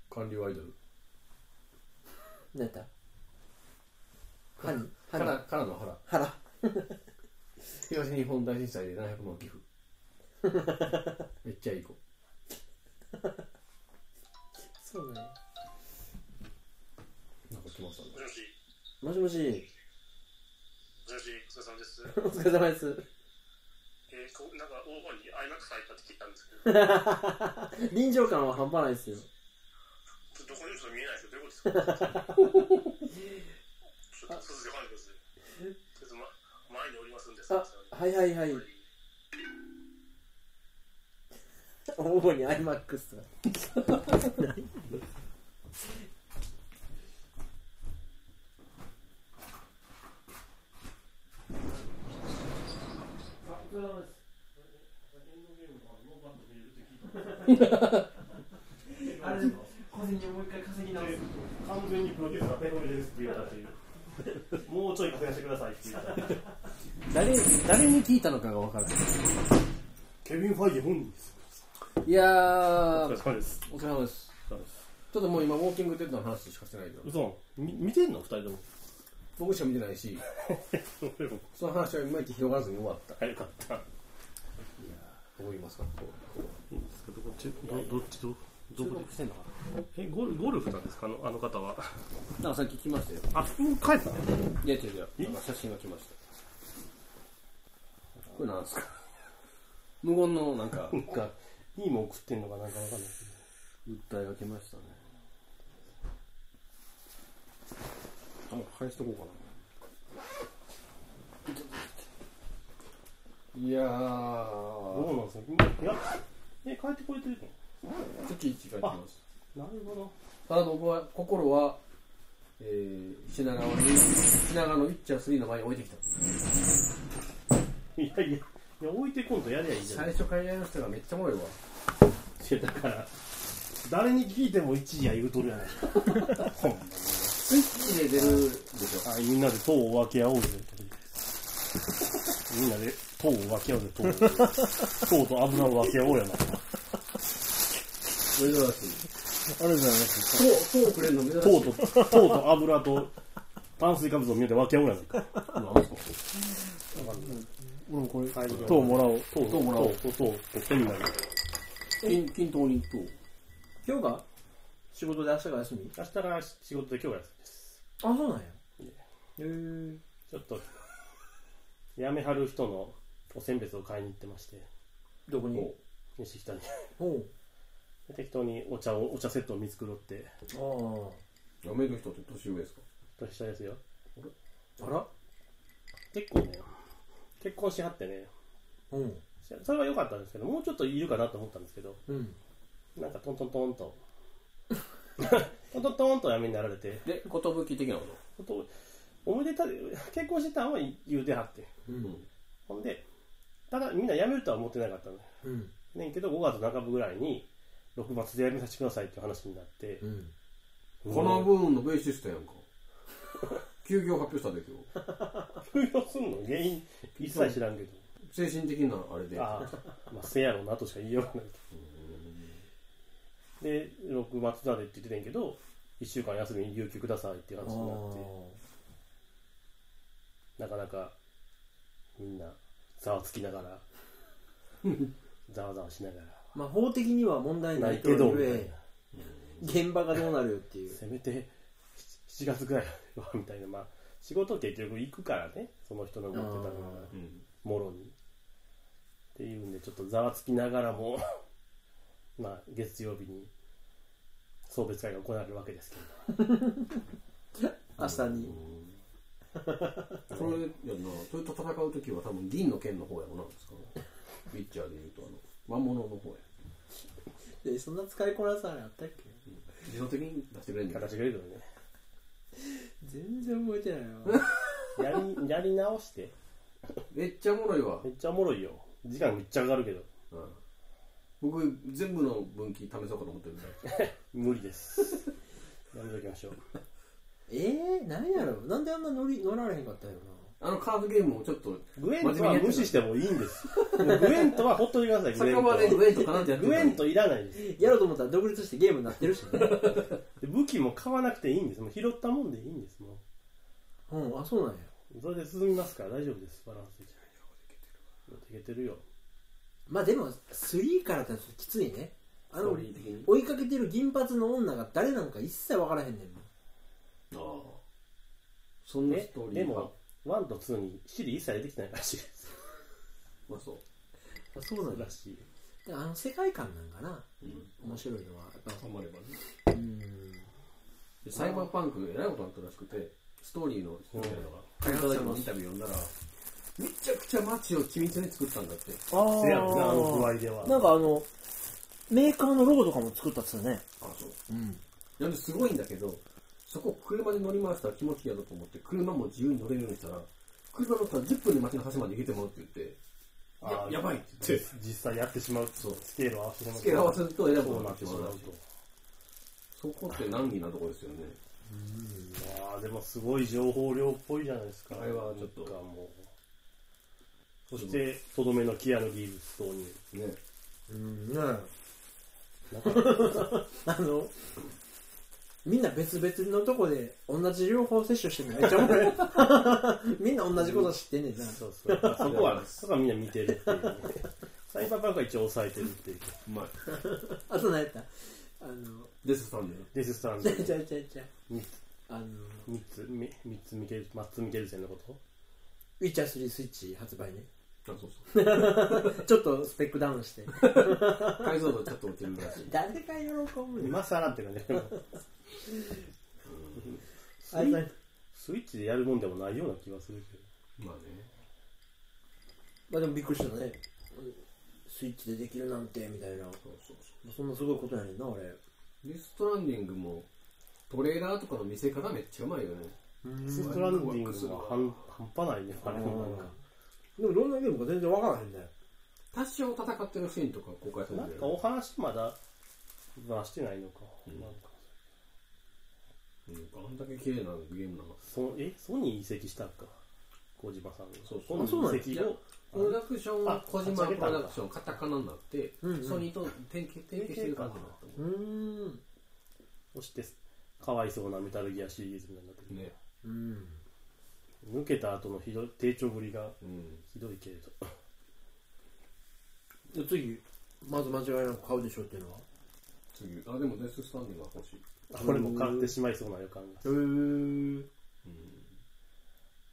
B: 韓流アイドル
A: 何やった歯に
B: か
A: 歯に
B: らからの腹
A: 腹
B: 東日本大震災で700万 寄付めっちゃいい子
A: そうね
B: なんか来ましたね
D: もしもし、も
A: もしもし
D: しもし、お疲れ様です。
A: お疲れ様です
D: えー、こうなんか大本に IMAX 入ったって聞いたんですけど、
A: 臨場感は半端ないですよ
D: どこにもそれ見えないですけど、どういうことですかちょっと続きわかんないです。ちょっと、ま、前におりますんです
A: あはいはいはい主に iMAX とかあれ個人にもう一回稼ぎ直す
E: 完全にプロデューサーペコリですって言われたというもうちょい稼がせてくださいって言った
B: 誰誰に聞いたのかが分からない
E: ケビン・ファイゲ本人です
B: いや
E: お疲れ
B: ー
E: 様です
B: お疲れ様です
E: お疲れ様です
B: ちょっともう今ウォーキングデッドの話しかしてないけど
E: 嘘み見てんの二人とも
B: 僕しか見てないし
E: 俺も
B: その話はいまいち広がらずに終わった
E: あよかったど
B: どう言いますかこうこ
E: うですかどっちどどっちど
B: う
E: どこで
B: してんのか
E: えゴルゴルフなんですかあのあの方は
B: ななんかさっき来ましたよ
E: あもう帰った
B: いや違う違うなんか写真が来ましたこれなんですか無言のなんか
E: なんかいいもん食ってんのかなんかわかんない
B: 訴えが来ましたねあ返しとこうかないや
E: ど
B: ー
E: うなんですかいやえ帰ってこれてる
B: ちょっと一回ます
E: のなるほど
B: ただ僕は心はえー、品川に品川の1.3の前に置いてきた
E: いやいやいや置いてこんとやりゃいいじゃない
B: 最初からやりましたがめっちゃおもろいわ
E: いやだから誰に聞いても一時は言うとるやないほんまに
B: スイッチで出るでしょ
E: あみんなで塔を分け合おうぜ みんなで塔を分け合おうぜ塔を塔と油を分け合おうやな
B: 珍しい
E: あれじゃないです
B: そうそうくれるの珍しい
E: 塔と塔と油と炭水化物をみんなで分け合おうやないか
B: うわ
E: 俺もこれ塔もらおう塔
B: 塔もらおう
E: 塔塔塔取ってみんなで
B: 均均等にと
A: 今日が仕事で明日が休み
E: 明日が仕事で今日が休みです
A: あそうなんやへえ
E: ちょっと辞めはる人のお選別を買いに行ってまして
A: どこに
E: 西北に
A: おう
E: 適当にお茶をお茶セットを見繕って
A: あ
B: やめる人って年上ですか
E: 年下ですよ
A: ああら
E: 結構ね結婚しはってね
A: うん
E: それは良かったんですけどもうちょっといるかなと思ったんですけど
A: うん
E: なんかトントントンとトントントンとやめになられて
B: で、寿的なこ
E: ほんとおめでたい結婚してたんは言うてはって
A: うん
E: ほんでただみんな辞めるとは思ってなかったのよ
A: うん
E: ねんけど5月半ばぐらいに6月で辞めさせてくださいっていう話になって
A: うん
B: とこの部分のベーシストやんか 休業発表したで今日
E: 休業すんの原因一切知らんけど
B: 精神的なあれで
E: ああまあせやろうなとしか言いようがないで6月までって言ってたんやけど1週間休み有給くださいっていう
A: あ
E: 話になって
A: ー
E: なかなかみんなざわつきな がらざわざわしながら
A: まあ法的には問題ない
E: 泣い
A: と
E: けど
A: ゆ
E: みたい
A: え
E: な
A: 現場がどうなるよっていう
E: せめて7月ぐらいは みたいなまあ仕事結局行くからねその人の持ってたのが
A: あ
F: うん。
E: もろにっていうんでちょっとざわつきながらも まあ月曜日に送別会が行われるわけですけ
A: 明日に
B: それやんなそれと戦う時は多分銀の剣の方やろ なんですかねピッチャーでいうとあの魔物の方や
A: でそんな使いこなさあれあったっけ
B: 自動的に出してくれん
E: ど
B: ねん
E: 形がいいけどね
A: 全然覚えてないわ
E: やり やり直して
B: めっちゃおもろいわ
E: め、っちゃおもろいよ時間めっちゃかかるけど
B: うん、僕全部の分岐試そうかと思 ってるんだ
E: 無理ですやめときましょう
A: えー、何やろなんであんな乗り乗られへんかったんやろな
B: あのカードゲームをちょっと
E: グエントは無視してもいいんですもうグエントはほっといてくださいグエ
B: 酒
E: ント
B: 場
E: は
B: でグエンとかなんてやって
E: グエントいらないです
A: やろうと思ったら独立してゲームになってるしね
E: で武器も買わなくていいんですもう拾ったもんでいいんですも
A: うんあそうなんや
E: うそれで進みますから大丈夫ですバランスいいじゃないいけてるよ
A: まあでも3からだときついねあ
B: スト
A: の
B: ーリー的に
A: 追いかけてる銀髪の女が誰なのか一切分からへんねんもん
B: ああそんなス
E: え
B: トーリー
E: で
B: が
E: も1と2にシリ一切出てきてないらしいです
B: まあそう
A: あそうなんだ
E: らしい
A: であの世界観なんかな、面白いのはやっ
B: ハマればね
A: ぱうん
B: でサイバーパンクえらいことになったらしくてストーリーの人みたいなのが
A: ん
B: 開発者のインタビュー読んだらめちゃくちゃ街を緻密に作ったんだって
E: ああの具合では
A: なんかあのメーカーのロゴとかも作ったっすよね
B: あそう
A: うん
B: なんですごいんだけど、そこ車に乗り回したら気持ちいいやろと思って、車も自由に乗れるようにしたら、車乗ったら10分で街の端まで行けてもらうって言って、
E: あ
B: や
E: ー
B: やばいって言って、
E: 実際やってしまう
B: そう
E: スケールを合わせてしまう
B: 付け合わせると選ぶ
E: そう
B: に
E: な
B: なっ
E: っ
B: て
E: てし
B: し
E: ま
B: ま
E: う
B: う
E: と
B: そこって難儀なとこですよね。
E: ああでもすごい情報量っぽいじゃないですか
B: あれはちょっと
E: なんかもうそしてとどめのキアヌ・リーブス投入
B: ね。
A: うんね あのみんな別々のとこで同じ療法接種してるのめっちゃおもろい みんな同じこと知ってんねんな
E: そうそうそこはそこはみんな見てるっていう、ね、サイバーパンクは一応抑えてるっていう
B: うまい。
A: あと何やったあの
B: デスさんね。
E: デススタン
A: ち
E: ド
A: ゃうちゃうちゃうちゃう
E: 三
A: あの
E: つみ三つミケルマッツ・ミケルセンのこと
A: ウィッチャー3スイッチ発売ね
B: あ、そうそう。
A: ちょっとスペックダウンして
B: 解像度ちょっと落ちるらしい。
A: 誰が喜ぶの
E: 今更って感じだけどスイ
A: あいつ
E: スイッチでやるもんでもないような気がするけど
B: まあね。
A: まあでもびっくりしたねスイッチでできるなんてみたいな
B: そうそうそ
A: そんなすごいことやねんな俺
B: う。デストランディングも、トレーラーとかの見せ方めっちゃうまいよね。
E: ストランディングは半半端ないねあれもなんか
A: でもどんなゲームか全然わからへんね
B: 多少戦ってるシーンとか公開され
E: なん
B: てる
E: かお話まだ出してないのか。
B: うん
E: なんか
B: うん、あんだけ綺麗なゲームなの。
E: そえ、ソニー移籍したんか。小島さんが。
B: そう
E: ソ
B: そう
E: ニー移
B: い
E: 籍
B: や
E: を。
B: プロダクションは
E: あ
B: 小島プロダクションカタカナになって、
A: うんうん
B: ソニーと提携提携してる感じになったも
A: うーん
E: そして、かわいそうなメタルギアシリーズみたいになって
B: んね
E: る。
A: うん
E: 抜けた後のひどい、低調ぶりが
B: うん
E: ひどいけれど。
A: じゃあ次まず間違いなく買うでしょうっていうのは
B: 次あでもデススタンディングは欲しい、
E: あこれも買ってしまいそうな予感が。
A: へー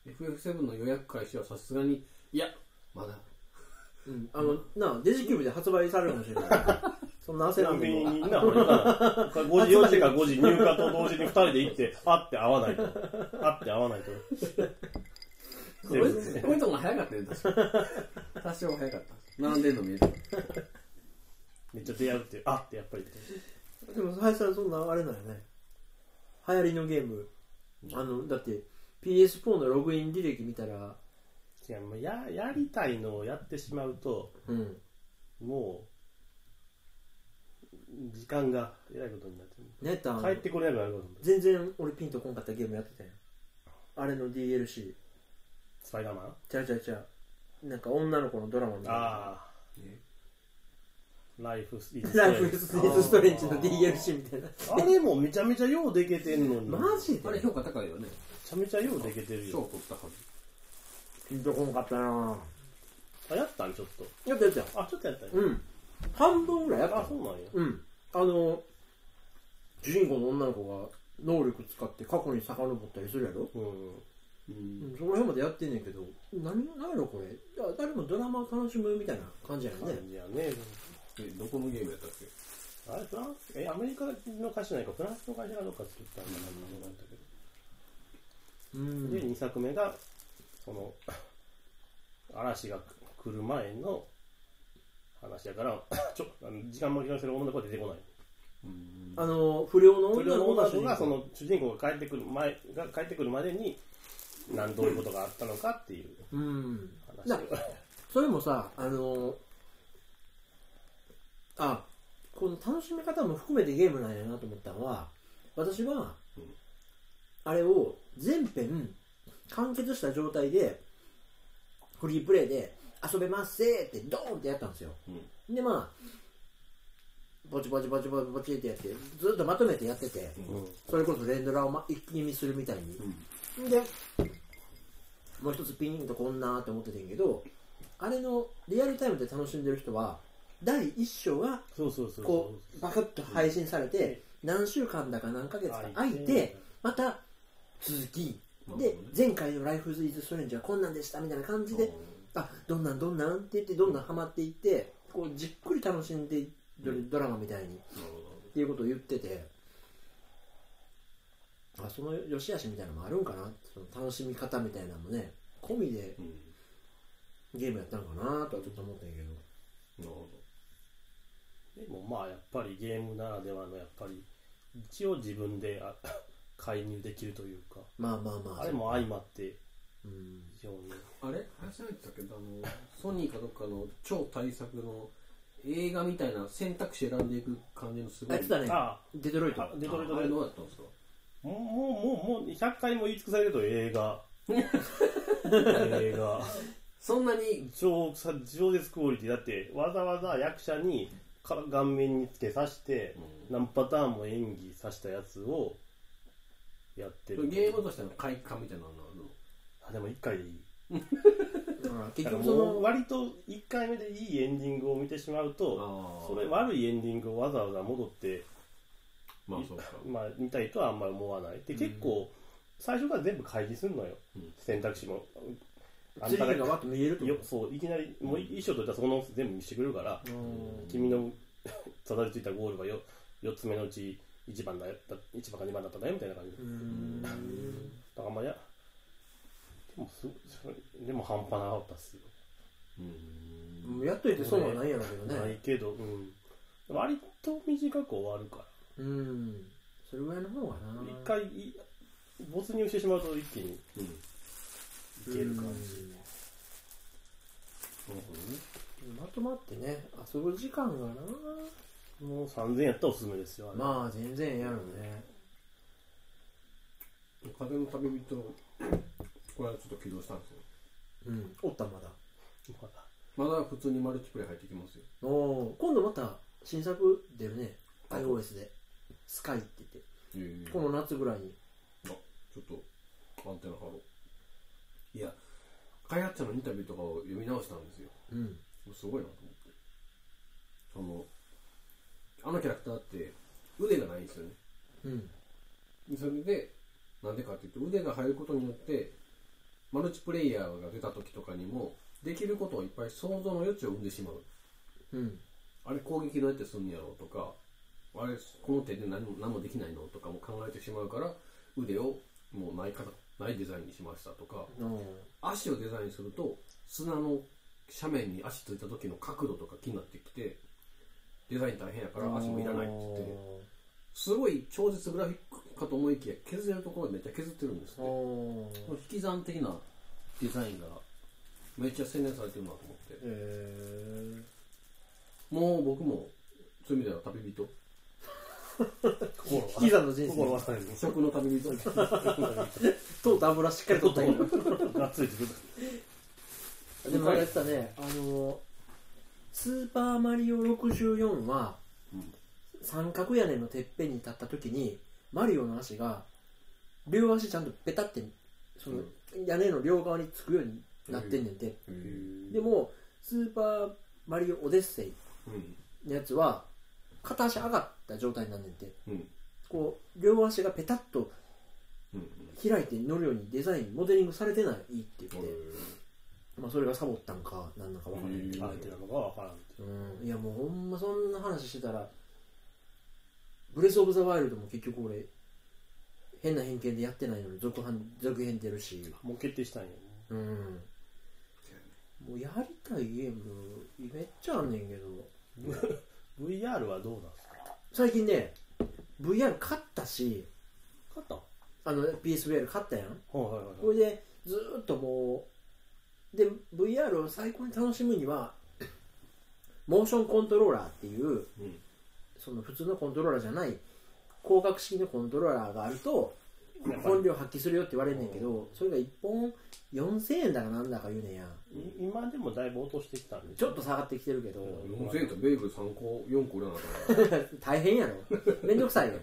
B: FF7 の予約開始はさすがにいやまだ
A: うんあのなあデジキューブで発売されるかもしれ ないそんな焦
E: コ
A: らん
E: ンビ
A: で
E: ニ
A: も
E: にな、俺が、5時、4時から5時入荷と同時に2人で行って、会って会わないと。会って会わないと。
B: これこれとも早かったね確かに多少早かった並んでるの見えた
E: めっちゃ出会うって、あってやっぱりって。
A: でも林さんそんなあれなんよね流行りのゲーム
B: うん
A: あのだって PS4 のログイン履歴見たら
E: いや、もうや、やりたいのをやってしまうと、
A: うん
E: もう、時間がえらいことになってる。
A: ねた
E: 帰ってこれなくなることになる
A: 全然俺ピンとこんかったゲームやってたやんあれの DLC
E: スパイダーマン
A: ちゃうちゃうちゃうなんか女の子のドラマみたいな
E: ああ、ライフスイズ
A: ライフスイートストレッチの DLC みたいな
E: あれもめちゃめちゃようでけてんのに。
A: マジで
B: あれ評価高いよね
E: めちゃめちゃようでけてる
B: 賞
E: よ。
B: 取ったはず
G: ピンとこんかったな
E: あ、やったんちょっと。
A: やったやったよ
E: あ、ちょっとやったんや
A: うん半分ぐらいやった
E: あ、
A: よ
E: そうなんや。
A: うんあの主人公の女の子が能力使って過去に遡ったりするやろ、
E: うん。
A: うん、そこら辺までやってんねんけど何が何やろこれだ誰もドラマを楽しむみたいな感じやろね
E: 感じやね。
B: え、どこのゲームやったっけ
E: あれ、フランス、え、アメリカの会社じゃないか、フランスの会社がどっか作ったんだなんだなんだけど。
A: う
E: で、
A: ん
E: 2作目が、その、嵐が来る前の話やから、ちょあの時間巻きのしてる女の子は出てこない。
A: あの不良の
E: それ
A: 女の
E: の
A: 子
E: 女
A: が主人公
E: の子が、その主人公が帰ってくる前、が帰ってくるまでに、なんどういうことがあったのかっていう
A: うん
E: 話を。
A: それもさあのあこの楽しみ方も含めてゲームなんやなと思ったのは私は、あれを全編完結した状態でフリープレイで遊べますせーってドーンってやったんですよ、でまあぼちぼちぼちぼちぼちってやってずっとまとめてやってて、それこそ連ドラをま一気に見するみたいに、でもう一つピンとこんなーって思っててんけどあれのリアルタイムで楽しんでる人は第一章が
E: そうそうそう
A: こ
E: そう
A: バカッと配信されて何週間だか何ヶ月か空いてまた続きで前回の「ライフズイズストレンジはこんなんでしたみたいな感じであどんなんどんなんって言ってどんどんハマっていってこうじっくり楽しんでいるドラマみたいにっていうことを言っててあその良し悪しみたいなのもあるんかなその楽しみ方みたいなのもね込みでゲームやったのかなとはちょっと思ったんやけど
B: なるほ
E: でもまあやっぱりゲームならではのやっぱり一応自分であ 介入できるというか
A: まあまあまあ
E: あれも相まって
A: うん
E: 非常に
C: あれ話なんてたっけどあのソニーかどっかの超大作の映画みたいな選択肢選んでいく感じのすご
A: あ
C: い
A: やってたね
E: あ
A: デトロイト
E: あデトロイト
C: あ
E: で
C: れ
E: も
C: どうだったんですか
E: うもうもうもう100回も言い尽くされると 映画映画
C: そんなに
E: 超さ超絶クオリティだってわざわざ役者にか顔面につけさして何パターンも演技さしたやつをやってる
C: ゲームとしての快感みたいなのは
E: あでも1回でいい
A: だから
E: だ
A: 結局
E: からも
A: そうの
E: 割と1回目でいいエンディングを見てしま
C: あ
E: う
C: る
E: と
C: の
E: それ悪いエンディングをわざわざ戻って、
B: ど。まあそうか。
E: まあ、見たいとはあんまり思わないで結構最初から全部開示するのよ、選択肢もあん
A: ツリ
E: た
A: ーが
E: が
A: わっと見えるって
E: よ
A: こ
E: そういきなりもう一生といったらそこの全部見せてくれるから、
A: とうん
E: 君の たどり着いたゴールが 4, 4つ目のうち1番だよだ1番か2番だったんだよみたいな感じで
A: うん
E: だからまあやでもすそれでも半端なかったっすよ
A: もうやっといてそうはないやろうけど
E: ない
A: ね
E: けど、うん、割と短く終わるから
A: うんそれぐらいの方がな
E: 一回い没入してしまうと一気にいける感じ、
A: うんまとまってね遊ぶ時間がな
E: もう3000円やったらおすすめですよあれ
A: まあ全然やるね
B: 風の旅人、これはちょっと起動したんですよ。
A: うんおったまだ
E: まだ
B: まだ普通にマルチプレイ入ってきますよ。
A: おお今度また新作出るね iOS でスカイって言って
B: ええ
A: この夏ぐらいに
B: ちょっと、アンテナ張ろう。いや、開発者のインタビューとかを読み直したんですよ。
A: うん
B: すごいなと思って。その、あのキャラクターって腕がないんですよね。
A: うん
B: それで、なんでかっていうと、腕が入ることによって、マルチプレイヤーが出た時とかにも、できることをいっぱい想像の余地を生んでしまう。
A: うん
B: あれ攻撃どうやってすんやろうとか、あれこの手で何も何もできないのとかも考えてしまうから、腕をもうないかないデザインにしましたとか、
A: お
B: 足をデザインすると、砂の斜面に足ついた時の角度とか気になってきて、デザイン大変やから足もいらないって言って、すごい超絶グラフィックかと思いきや、削れるところはめっちゃ削ってるんです
A: お
B: ね。
A: お
B: その引き算的なデザインがめっちゃ洗練されてるなと思って
A: へ。え
B: もう僕も、そういう意味では旅人。
E: 心は
A: 引き算の人
E: 心
A: 生
E: はされ る
B: 食の旅人。
A: とうとう油しっかり取ったけど
E: がっつり自分で
A: でもあれやってたね、あのスーパーマリオ64は、三角屋根のてっぺんに立った時にマリオの足が両足ちゃんとペタってその屋根の両側につくようになってんねんて、
B: う
E: うんん
A: でもスーパーマリオオデッセイ
B: うん
A: のやつは片足上がった状態になんねんて
B: うん
A: こう両足がペタッと
B: うん
A: 開いて乗るようにデザインモデリングされてないって言
B: う
A: っ
B: ん
A: て、まあ、それがサボったんかなんなんかわからないけど
E: あえてなのかは分からんけ
A: うんいやもうほんまそんな話してたらブレス・オブ・ザ・ワイルドも結局俺変な偏見でやってないのに続編続編出るし
E: どもう決定したんやね
A: うんもうやりたいゲームめっちゃあんねんけど
E: VR はどうなんですか
A: 最近ね VR 買ったし
E: 勝ったは
A: あの PSVR 買ったやん
E: いはいはい
A: これでずーっともうで VR を最高に楽しむには モーションコントローラーっていう、
B: うん
A: その普通のコントローラーじゃない光学式のコントローラーがあると
E: っぱり
A: 本領発揮するよって言われんねんけどそれが1本4000円だかなんだか言うねんや
E: い今でもだいぶ落としてきたんで
A: ちょっと下がってきてるけど
B: 4000円とベーグル3個4個売らなかったか
A: 大変やろめんどくさいよ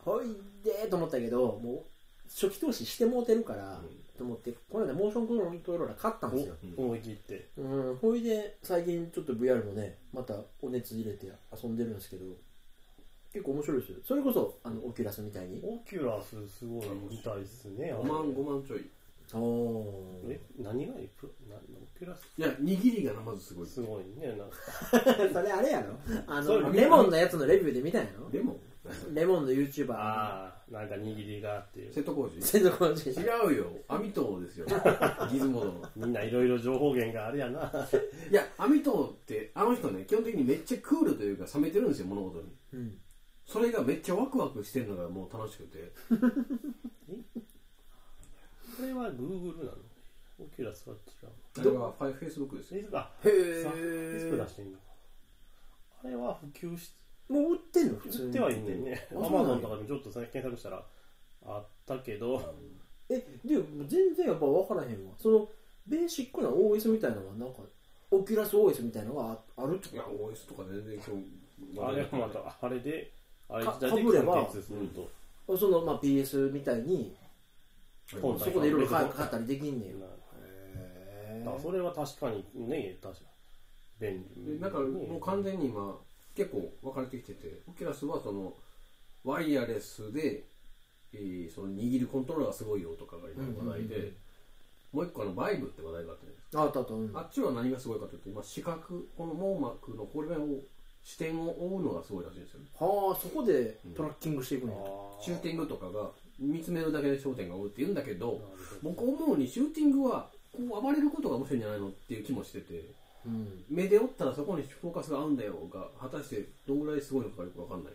A: ほいでーと思ったけどもう初期投資してもうてるから、と思ってこの間モーションコントローラー買ったんですよ
E: と思い切って
A: うんほいで最近ちょっと VR もねまたお熱入れて遊んでるんですけど結構面白いですよそれこそあのオキュラスみたいに
E: オキュラスすごいみたいですね
B: ら
E: あ
B: 5
E: れ
B: 万5万ちょい
A: おお
E: え何がいいプなオキュラス
B: いや握りがなまずすごい
E: すごいねなんか
A: それあれやろ あ
E: そう
A: のレモンのやつのレビューで見たんやろ
B: でも
A: レモンの YouTuber
E: ああなんか握りがあって
B: 瀬戸康史
A: 瀬戸康史
B: 違うよ網戸 ですよギズモの
E: みんないろいろ情報源があるやな
B: いや網戸ってあの人ね基本的にめっちゃクールというか冷めてるんですよ物事に
A: うん
B: それがめっちゃワクワクしてるのがもう楽しくて
E: これは Google なのオキュラスは違う
B: あれはファイフェイスブックです
E: デ
B: よ
E: ィスあ
A: へ
E: さディスプ出
A: え
E: してんのかあれは普及し
A: もう売ってんの普通
E: 売っ
A: に
E: てはいんねんね
A: あ
E: ア
A: そうな
E: マ
A: んや
E: ゾンとかでもちょっとさ検索したらあったけど
A: えでも全然やっぱ分からへんわそのベーシックな OS みたいなのはなんかオキュラス OS みたいなのがああるって
B: いや OS とか全然興味
E: あれはまたあれであれ
A: か
E: 自体
A: かぶれ
E: で
A: ば
E: コンテンツすると
A: ことその、まあ、PS みたいに
E: 本
A: そこでいろいろ買買ったりできんねん
E: な
A: へ
E: だからそれは確かにね確かに便
B: で
E: 利
B: なんかもう完全に今結構分かれてきててオキュラスはそのワイヤレスで、えーその握るコントローラーがすごいよとかが今話題で、
A: うんうんうん
B: もう一個あのバイブって話題があってね
A: ああったあったうん
B: あっちは何がすごいかというと今視覚この網膜のこれを視点を追うのがすごいらしいんですよね
A: はあそこでトラッキングしていくん
E: あ
A: や
E: ー
B: シューティングとかが見つめるだけで焦点が追うって言うんだけど
E: なるほど
B: 僕思うにシューティングはこう暴れることが面白いんじゃないのっていう気もしてて
A: うん
B: 目で追ったらそこにフォーカスが合うんだよが果たしてどのぐらいすごいのかよくわかんない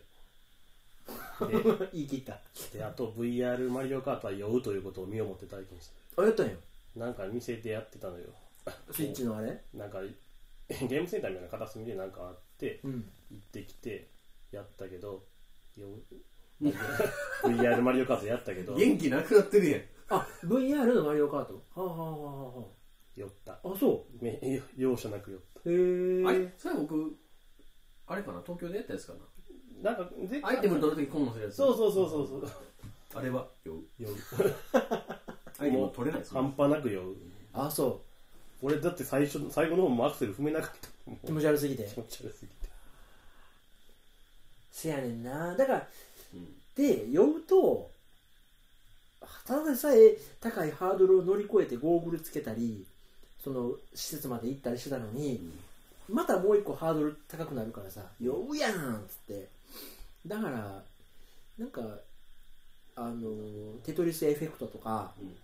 A: 言い切った
E: であと VR マリオカートは酔うということを身をもって体験し
A: あやったんや
E: たなんか店でやってたのよ
A: スイッチのあれ
E: なんかゲームセンターみたいな片隅でなんかあって
A: うん
E: 行ってきてやったけど酔う VR マリオカートやったけど酔
B: 元気なくなってるやん
A: あ VR のマリオカートはあはあはあは
E: った
A: ああそ
E: め容赦なく酔っ
A: うへえ
B: あれそれは僕あれかな東京でやったやつかな
E: たなんかで
B: アイテム取るときコンボするやつ
E: そうそうそうそうそう
B: あれは酔う
E: 酔う
B: アイテム取れないです
E: 半端なく酔う
A: あそ
E: 俺だって最初最後の方もアクセル踏めなかったも
A: う気
E: う
A: 持ち悪すぎて
E: 気持ち悪すぎて
A: せやねんなだから
B: うん
A: で酔うとただでさえ高いハードルを乗り越えてゴーグルつけたりその施設まで行ったりしてたのに、またもう一個ハードル高くなるからさ酔うやんっつってだからなんかあのテトリスエフェクトとか、
B: うん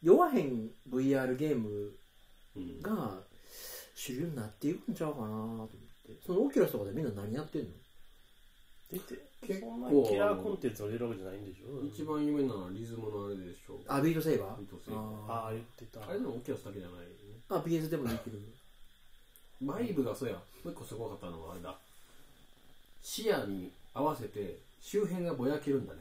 A: 酔わへん VR ゲーム
B: うん
A: が主流になっていくんちゃうかなと思ってそのオキュラスとかでみんな何やってんの
E: 出て
B: 結
E: そ
B: 構
E: んなキラーコンテンツが出るわけじゃないんでしょ
B: 一番有名なのはリズムのあれでしょ
A: あビートセイバー
B: ビートセイバー
E: あ
A: あ
E: あ言ってた
B: あれでもオキュラスだけじゃないよね
A: ーあ PS でもできる
B: バイブがそうやもう一個すごかったのはあれだ視野に合わせて周辺がぼやけるんだね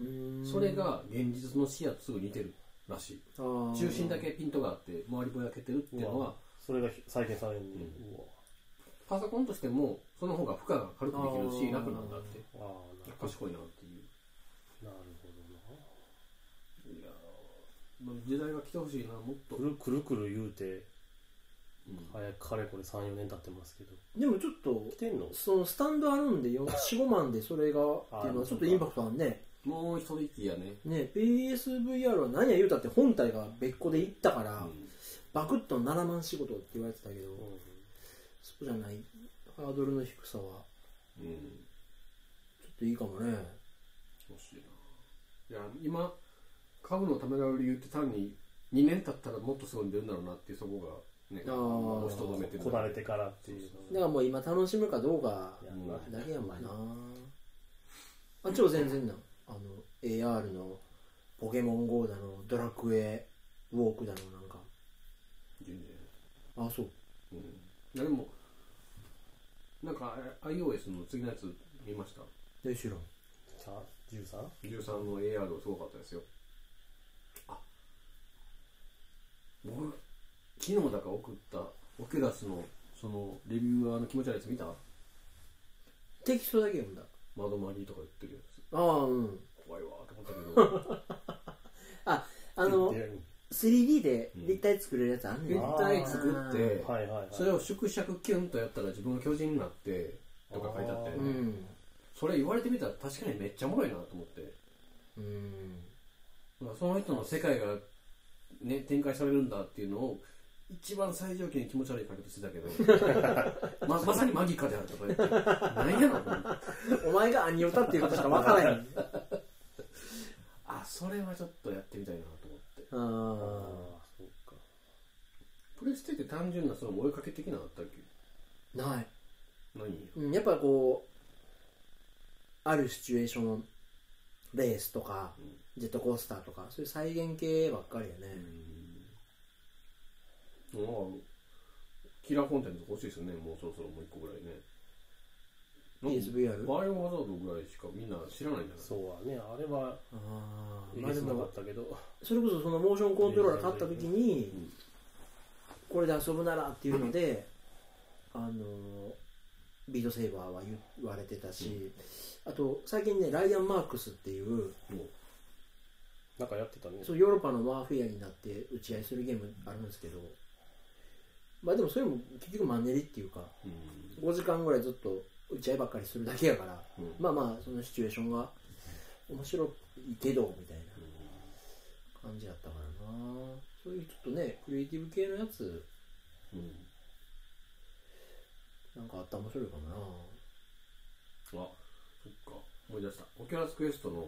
A: うーん
B: それが現実の視野とすぐ似てるらしい
A: あー
B: 中心だけピントがあって周りぼやけてるっていうのは
E: それが再現されるね
B: う
E: うわ
B: パソコンとしてもその方が負荷が軽くできるし
A: あー
B: 楽なんだって
E: ああなるほ
B: 賢いなっていう
E: どなるほどない
B: やまあ時代が来てほしいなもっと
E: くるくるくる言うて
B: うん
E: 早くかれこれ34年経ってますけど
A: でもちょっと
E: 来てんの
A: そのスタンドアローン で45万でそれがっていうのはちょっとインパクトあるね
B: もう一息やね
A: ね PSVR は何や言うたって本体が別個で行ったから、
B: うん
A: バクッと7万仕事って言われてたけど、
E: うん
A: そうじゃないハードルの低さは
B: うん
A: ちょっといいかもね
B: 欲しいないや今買うのをためらう理由って単に2年経ったらもっとすごいの出るんだろうなっていうそこがね
A: あー
B: 押しとどめてる
E: こなれてからっていう
A: だからもう今楽しむかどうか
E: いや
B: うん
E: まあ
A: だけやもんなあっちは全然なんあの AR のポケモン GO だのドラクエウォークだのなんか
B: 全然
A: あそう
B: うんいやでもなんかあ iOS の次のやつ見ました
A: で知らん
E: じゃあ 13?
B: 13の AR すごかったですよあ僕昨日だから送ったオケダスのそのレビューアーの気持ち悪いやつ見た
A: テキストだけ読んだ
B: 窓マリーとか言ってるやつ
A: ああうん
B: 怖いわーと思ったけど
A: あの
E: 言っ
A: 3D で立体作れるやつあんねん、
B: 立 体作って
E: てはいはいはい
B: それを縮尺キュンとやったら自分が巨人になってとか書いてあって
E: あー
A: うん
B: それ言われてみたら確かにめっちゃおもろいなと思って
A: うん
B: まあその人の世界が、ね、展開されるんだっていうのを一番最上級に気持ち悪い書き方してたけど ままさにマギカであるとか言って何やろと思って
A: お前が兄歌っていうことしか分からへ んあ
B: あそれはちょっとやってみたいなと思って
E: あ
A: あ
E: あそうか
B: プレステって単純なその追いかけ的なのあったっけ
A: ない、
B: 何
A: うん、やっぱこうあるシチュエーションレースとかジェットコースターとかそういう再現系ばっかりやね、
B: うんなんかキラーコンテンツ欲しいですよねもうそろそろもう一個ぐらいねなんか
A: PSVR?
B: バイオハザードぐらいしかみんな知らないんじゃない
E: そうはねあれは
A: あ
E: え
A: ー
E: げ
A: まあで
E: つなか
A: も
E: ったけど
A: それこそそのモーションコントローラー買った時に
B: うん
A: これで遊ぶならっていうのであのビートセイバーは言言われてたしあと最近ねライアン・マークスっていう
B: もう
E: なんかやってたね
A: そうヨーロッパのワーフェアになって打ち合いするゲームあるんですけどまあでもそれも結局マンネリっていうか
B: うん
A: 5時間ぐらいずっと打ち合いばっかりするだけやから
B: うん
A: まあまあそのシチュエーションが面白いけどみたいな感じだったからなそういうちょっとねクリエイティブ系のやつ
B: うん
A: なんかあったら面白いかもな
B: あそっか思い出したオキャラスクエストの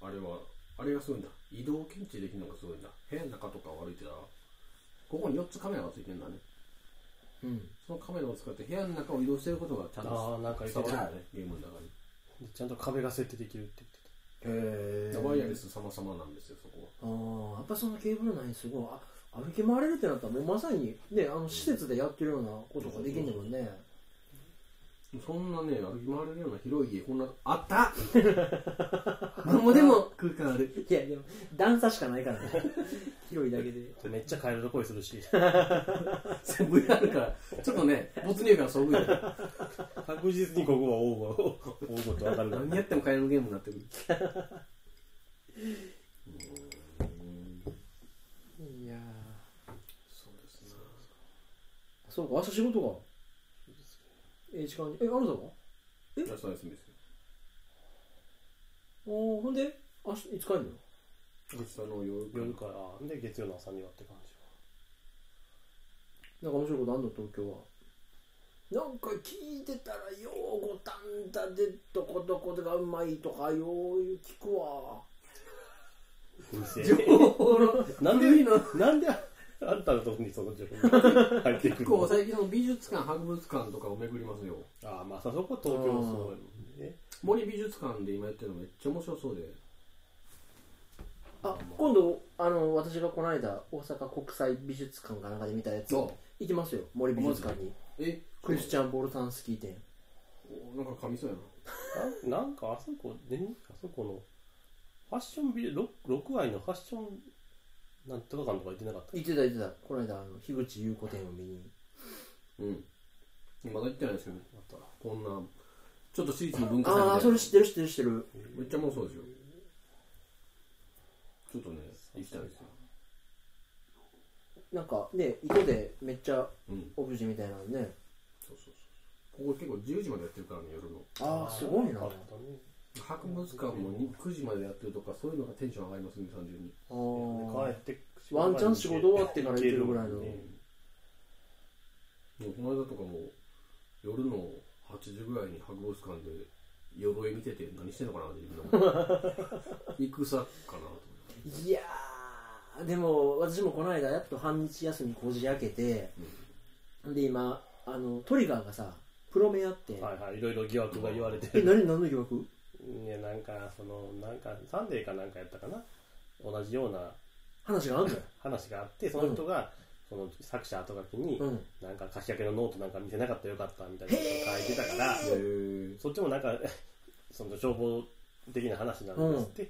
B: あれはあれがすごいんだ移動検知できるのがすごいんだ部屋の中とかを歩いてたらここに4つカメラがついてるんだね
A: うん
B: そのカメラを使って部屋の中を移動してることがちゃん
E: ああ
B: と
E: なんか言
B: 伝
E: って
B: わるんだ
E: た
B: ねゲームの中に
E: ちゃんと壁が設定できるって言ってた
A: へ
B: ワイヤレス様々なんですよそこは
A: あーやっぱそのケーブル内すごいあ歩き回れるってなったらもうまさにねあの施設でやってるようなことができんねんもんね
B: そんなね歩き回れるような広い家こんなあった なんもでも空間ある
A: いやでも段差しかないからね 広いだけで
E: めっちゃカエルの声するし
B: 全部あるからちょっとね没入感そぐよ
E: 確実にここはオー バーオーバーと分かるから
B: 何やっても買えるゲームになってくる
A: いやー
B: そうですね
A: そうか明日仕事かええ時間にえあなたは
B: 明日休みですよ
A: おーほんで明日いつ帰るの
B: 明日の夜
E: 夜からで月曜の朝にはって感じ
A: なんか面白いことあんの東京はなんか聞いてたらよう五反田でどこどこでがうまいとかよう聞くわ
E: な んでなんであんたのとこにその情報が入ってく
B: 結
E: る
B: 構
E: の
B: 最近の美術館博物館とかを巡りますよ
E: ああまあそこ東京そうやもんね
B: 森美術館で今やってるのめっちゃ面白そうで
A: あ今度あの私がこの間大阪国際美術館かなんかで見たやつ行きますよ森美術館に
B: え
A: クリスチャン・ボルタンスキー展
B: おなんか噛みそうやな
E: ななんかあそこであそこのファッションビル六六愛のファッションなんとか館とか言ってなかった
A: 行ってた行ってたこの間あの樋口優子展を見に
B: うんまだ行ってないですけどこんなちょっと私立の文化祭みたい
A: あ
B: な
A: あそれ知ってる知ってる知ってる
B: めっちゃもうそうですよちょっとね行きたいですよ
A: なんかね糸でめっちゃ
B: うん
A: オブジェみたいなのね
B: そうそうそうここ結構10時までやってるからね夜の
A: ああすごいな
E: あ
A: あ
E: ったね
B: 博物館も9時までやってるとかそういうのがテンション上がりますね単純に
E: 帰
A: ー
E: って
A: ワンチャン仕事終わってから行けるぐらいの
B: もうこの間とかも夜の8時ぐらいに博物館で鎧見てて何してんのかなって自分の 戦かなと思って
A: いやーでも私もこの間やっと半日休みこじ開けて、で今あのトリガーがさプロメやって、
E: はいはいいろいろ疑惑が言われて
A: え
E: る
A: 何何の疑惑
E: ねなんかそのなんかサンデーかなんかやったかな同じような
A: 話があんのよ、
E: 話があってその人が、その作者後書き に、
A: うん、
E: なんか書き上げのノートなんか見せなかったらよかったみたいなことを書いてたからそっちもなんか その消防的な話なんですっ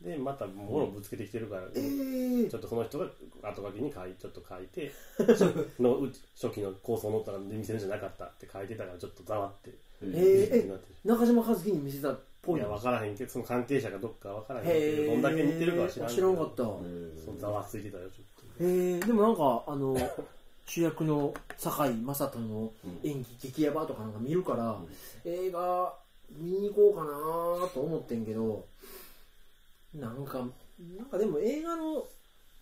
E: て、でまた物をぶつけてきてるから、
A: えー
E: ちょっとその人が後書きに書いちょっと書いて のう初期の構想ノートなんで見せるんじゃなかったって書いてたからちょっとざわって
A: え
B: えー
A: ー
E: 事実になってる
A: 中島和樹に見せたっぽ
E: い
A: い
E: や
A: の
E: 分からへんけどその関係者がどっか分からへんけ
A: へ
E: ど
A: え
E: どんだけ似てるかは知らんけ
A: 知ら
E: ど
A: んかった、
E: そうざわついてたよちょっ
A: えー、でもなんかあの 主役の堺雅人の演技激ヤバとかなんか見るから、映画見に行こうかなと思ってんけどなんかなんかでも映画の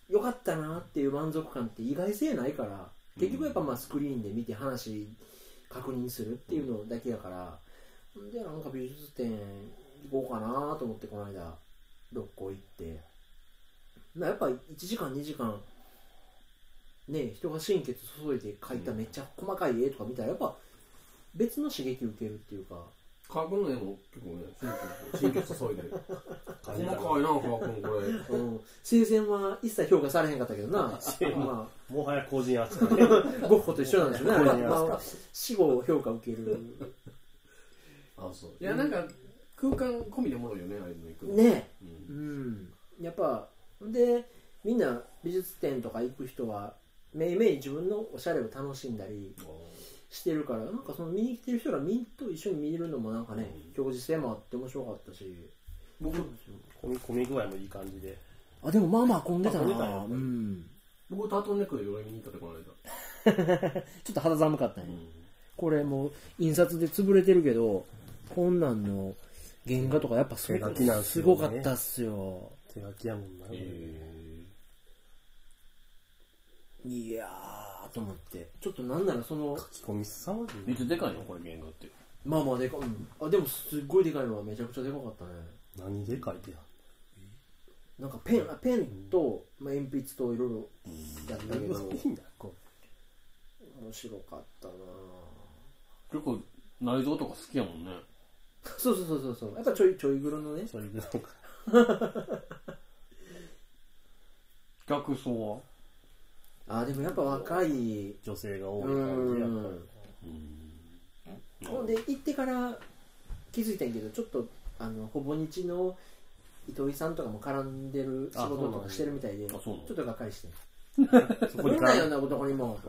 A: 良かったなっていう満足感って意外性ないから結局やっぱまあスクリーンで見て話確認するっていうのだけやから、でなんか美術展行こうかなと思ってこの間六甲行ってなやっぱ1時間2時間ね人が心血注いで描いためっちゃ細かい絵とか見たらやっぱ別の刺激受けるっていうか
B: カー君の絵も結構ね神経神経注いで
E: と
B: 細かいなカー君これ
A: うん生前は一切評価されへんかったけどな、 ま
E: もはや個 人扱い
A: あ、ゴッホと一緒なんですよねあれ
E: ここにいますか
A: まあ死後評価受ける
B: あそういやなんか空間込みでおもろいよねああいうの行くの
A: ね
B: う
A: うんんやっぱでみんな美術展とか行く人はめいめい自分のおしゃれを楽しんだり
B: あ
A: してるからなんかその見に来てる人らみんと一緒に見るのもなんかね表示性もあって面白かったし
B: 僕
E: 混み混み具合もいい感じで
A: あでもまあまあ混んでた
E: あ混んでた
A: な
E: よ
A: うん
B: 僕タートルネックで鎧見に行ったとこないだ
A: ちょっと肌寒かったね、
B: ん
A: これもう印刷で潰れてるけどこんなんの原画とかやっぱすごか
E: 手書きなんす
A: す
E: よ
A: ご
E: ね
A: かったっすよ
E: 手書きやもんな、
B: え
A: いやーと思ってちょっとなんならその
E: 書き込み凄まじい
B: めっちゃでかいのこれ原画って
A: まあまあでか、うん、あでもすっごいでかいのはめちゃくちゃでかかったね
E: 何で書いてた
A: なんかペンあペンと、まあ、鉛筆といろいろやったけど
E: のいいんだこ
A: 面白かったな
B: 結構内臓とか好きやもんね
A: そうそうそうそうそうやっぱちょいちょいグロのね
E: うそういうのか
B: 逆走は
A: あでもやっぱ若い
E: 女性が多い感じやっぱり
A: ほんで行ってから気づいたんやけどちょっとあのほぼ日の糸井さんとかも絡んでる仕事とかしてるみたいでちょ
B: あそうなんや
A: っとが
B: あそうなんや
A: っかりして
E: そ
A: こ
E: こに
A: んなんよ
E: か
A: んな男にも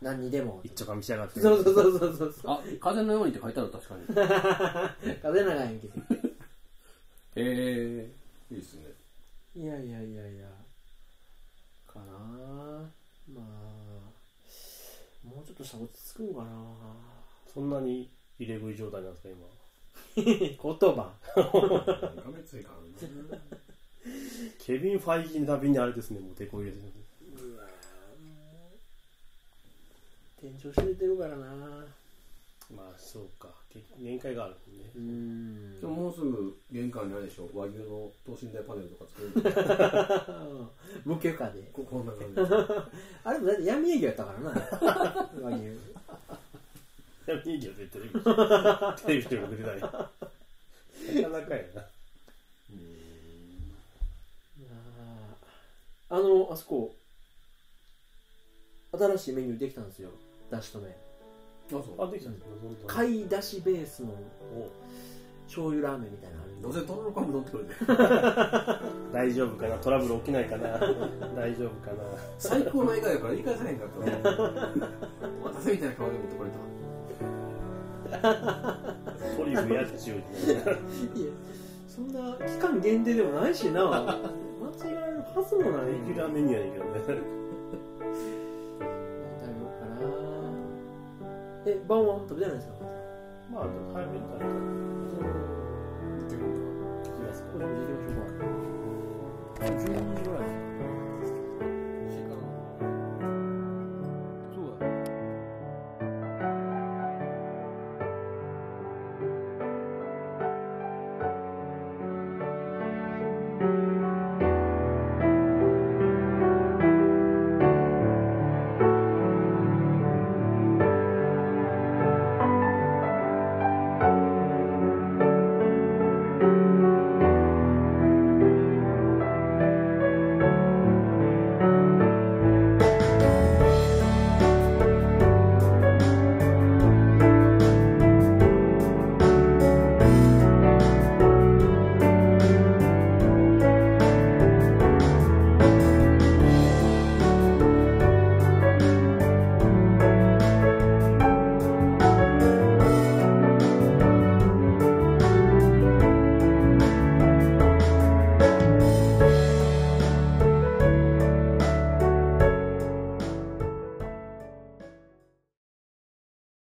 A: 何にでも
E: 一丁かみしやがって
A: そうそうそうそうそう
B: あ風のようにって書いてある確かにへ
A: 風長いんやけ ど
B: えいいっすね
A: いやいやいやいやかなあまあもうちょっとしたら落ち着くんかな
E: そんなに入れ食い状態なんですか今
A: 言葉
B: 画面ついかな
E: ケビン・ファイギー並みにあれですねもう手こ入れてる
A: 転調しててるからな
E: まあそうか結構限界があるもんね
A: うーん
B: でももうすぐ玄関にあるでしょ和牛の等身大パネルとか作るの
A: 無許可で
B: ここんな感
A: あれもだって闇営業やったからな和牛
E: いやいいよテレビテレビとか出てないなかなかやな
B: じ
A: あのあそこ新しいメニューできたんですよだし止め
B: あそう
E: あできたんですね本当に
A: 貝だしベースの
E: お
A: 醤油ラーメンみたいなのあるん
B: どう
A: で
B: せトロロカム乗ってくるで
E: 大丈夫かなトラブル起きないかな大丈夫かな
B: 最高の笑顔やから言い返さへんか ったお待たせみたいな顔で持ってこれた
E: トリュフやっち ゅう
A: いやそんな期間限定でもないしな間違えるはずもない
E: レギュラーメニューやねんけどね
A: 食べようかなえ晩は食べてないんですか
E: まあ、早めに食べたら
A: 行
E: 行きますか。
A: きましょうか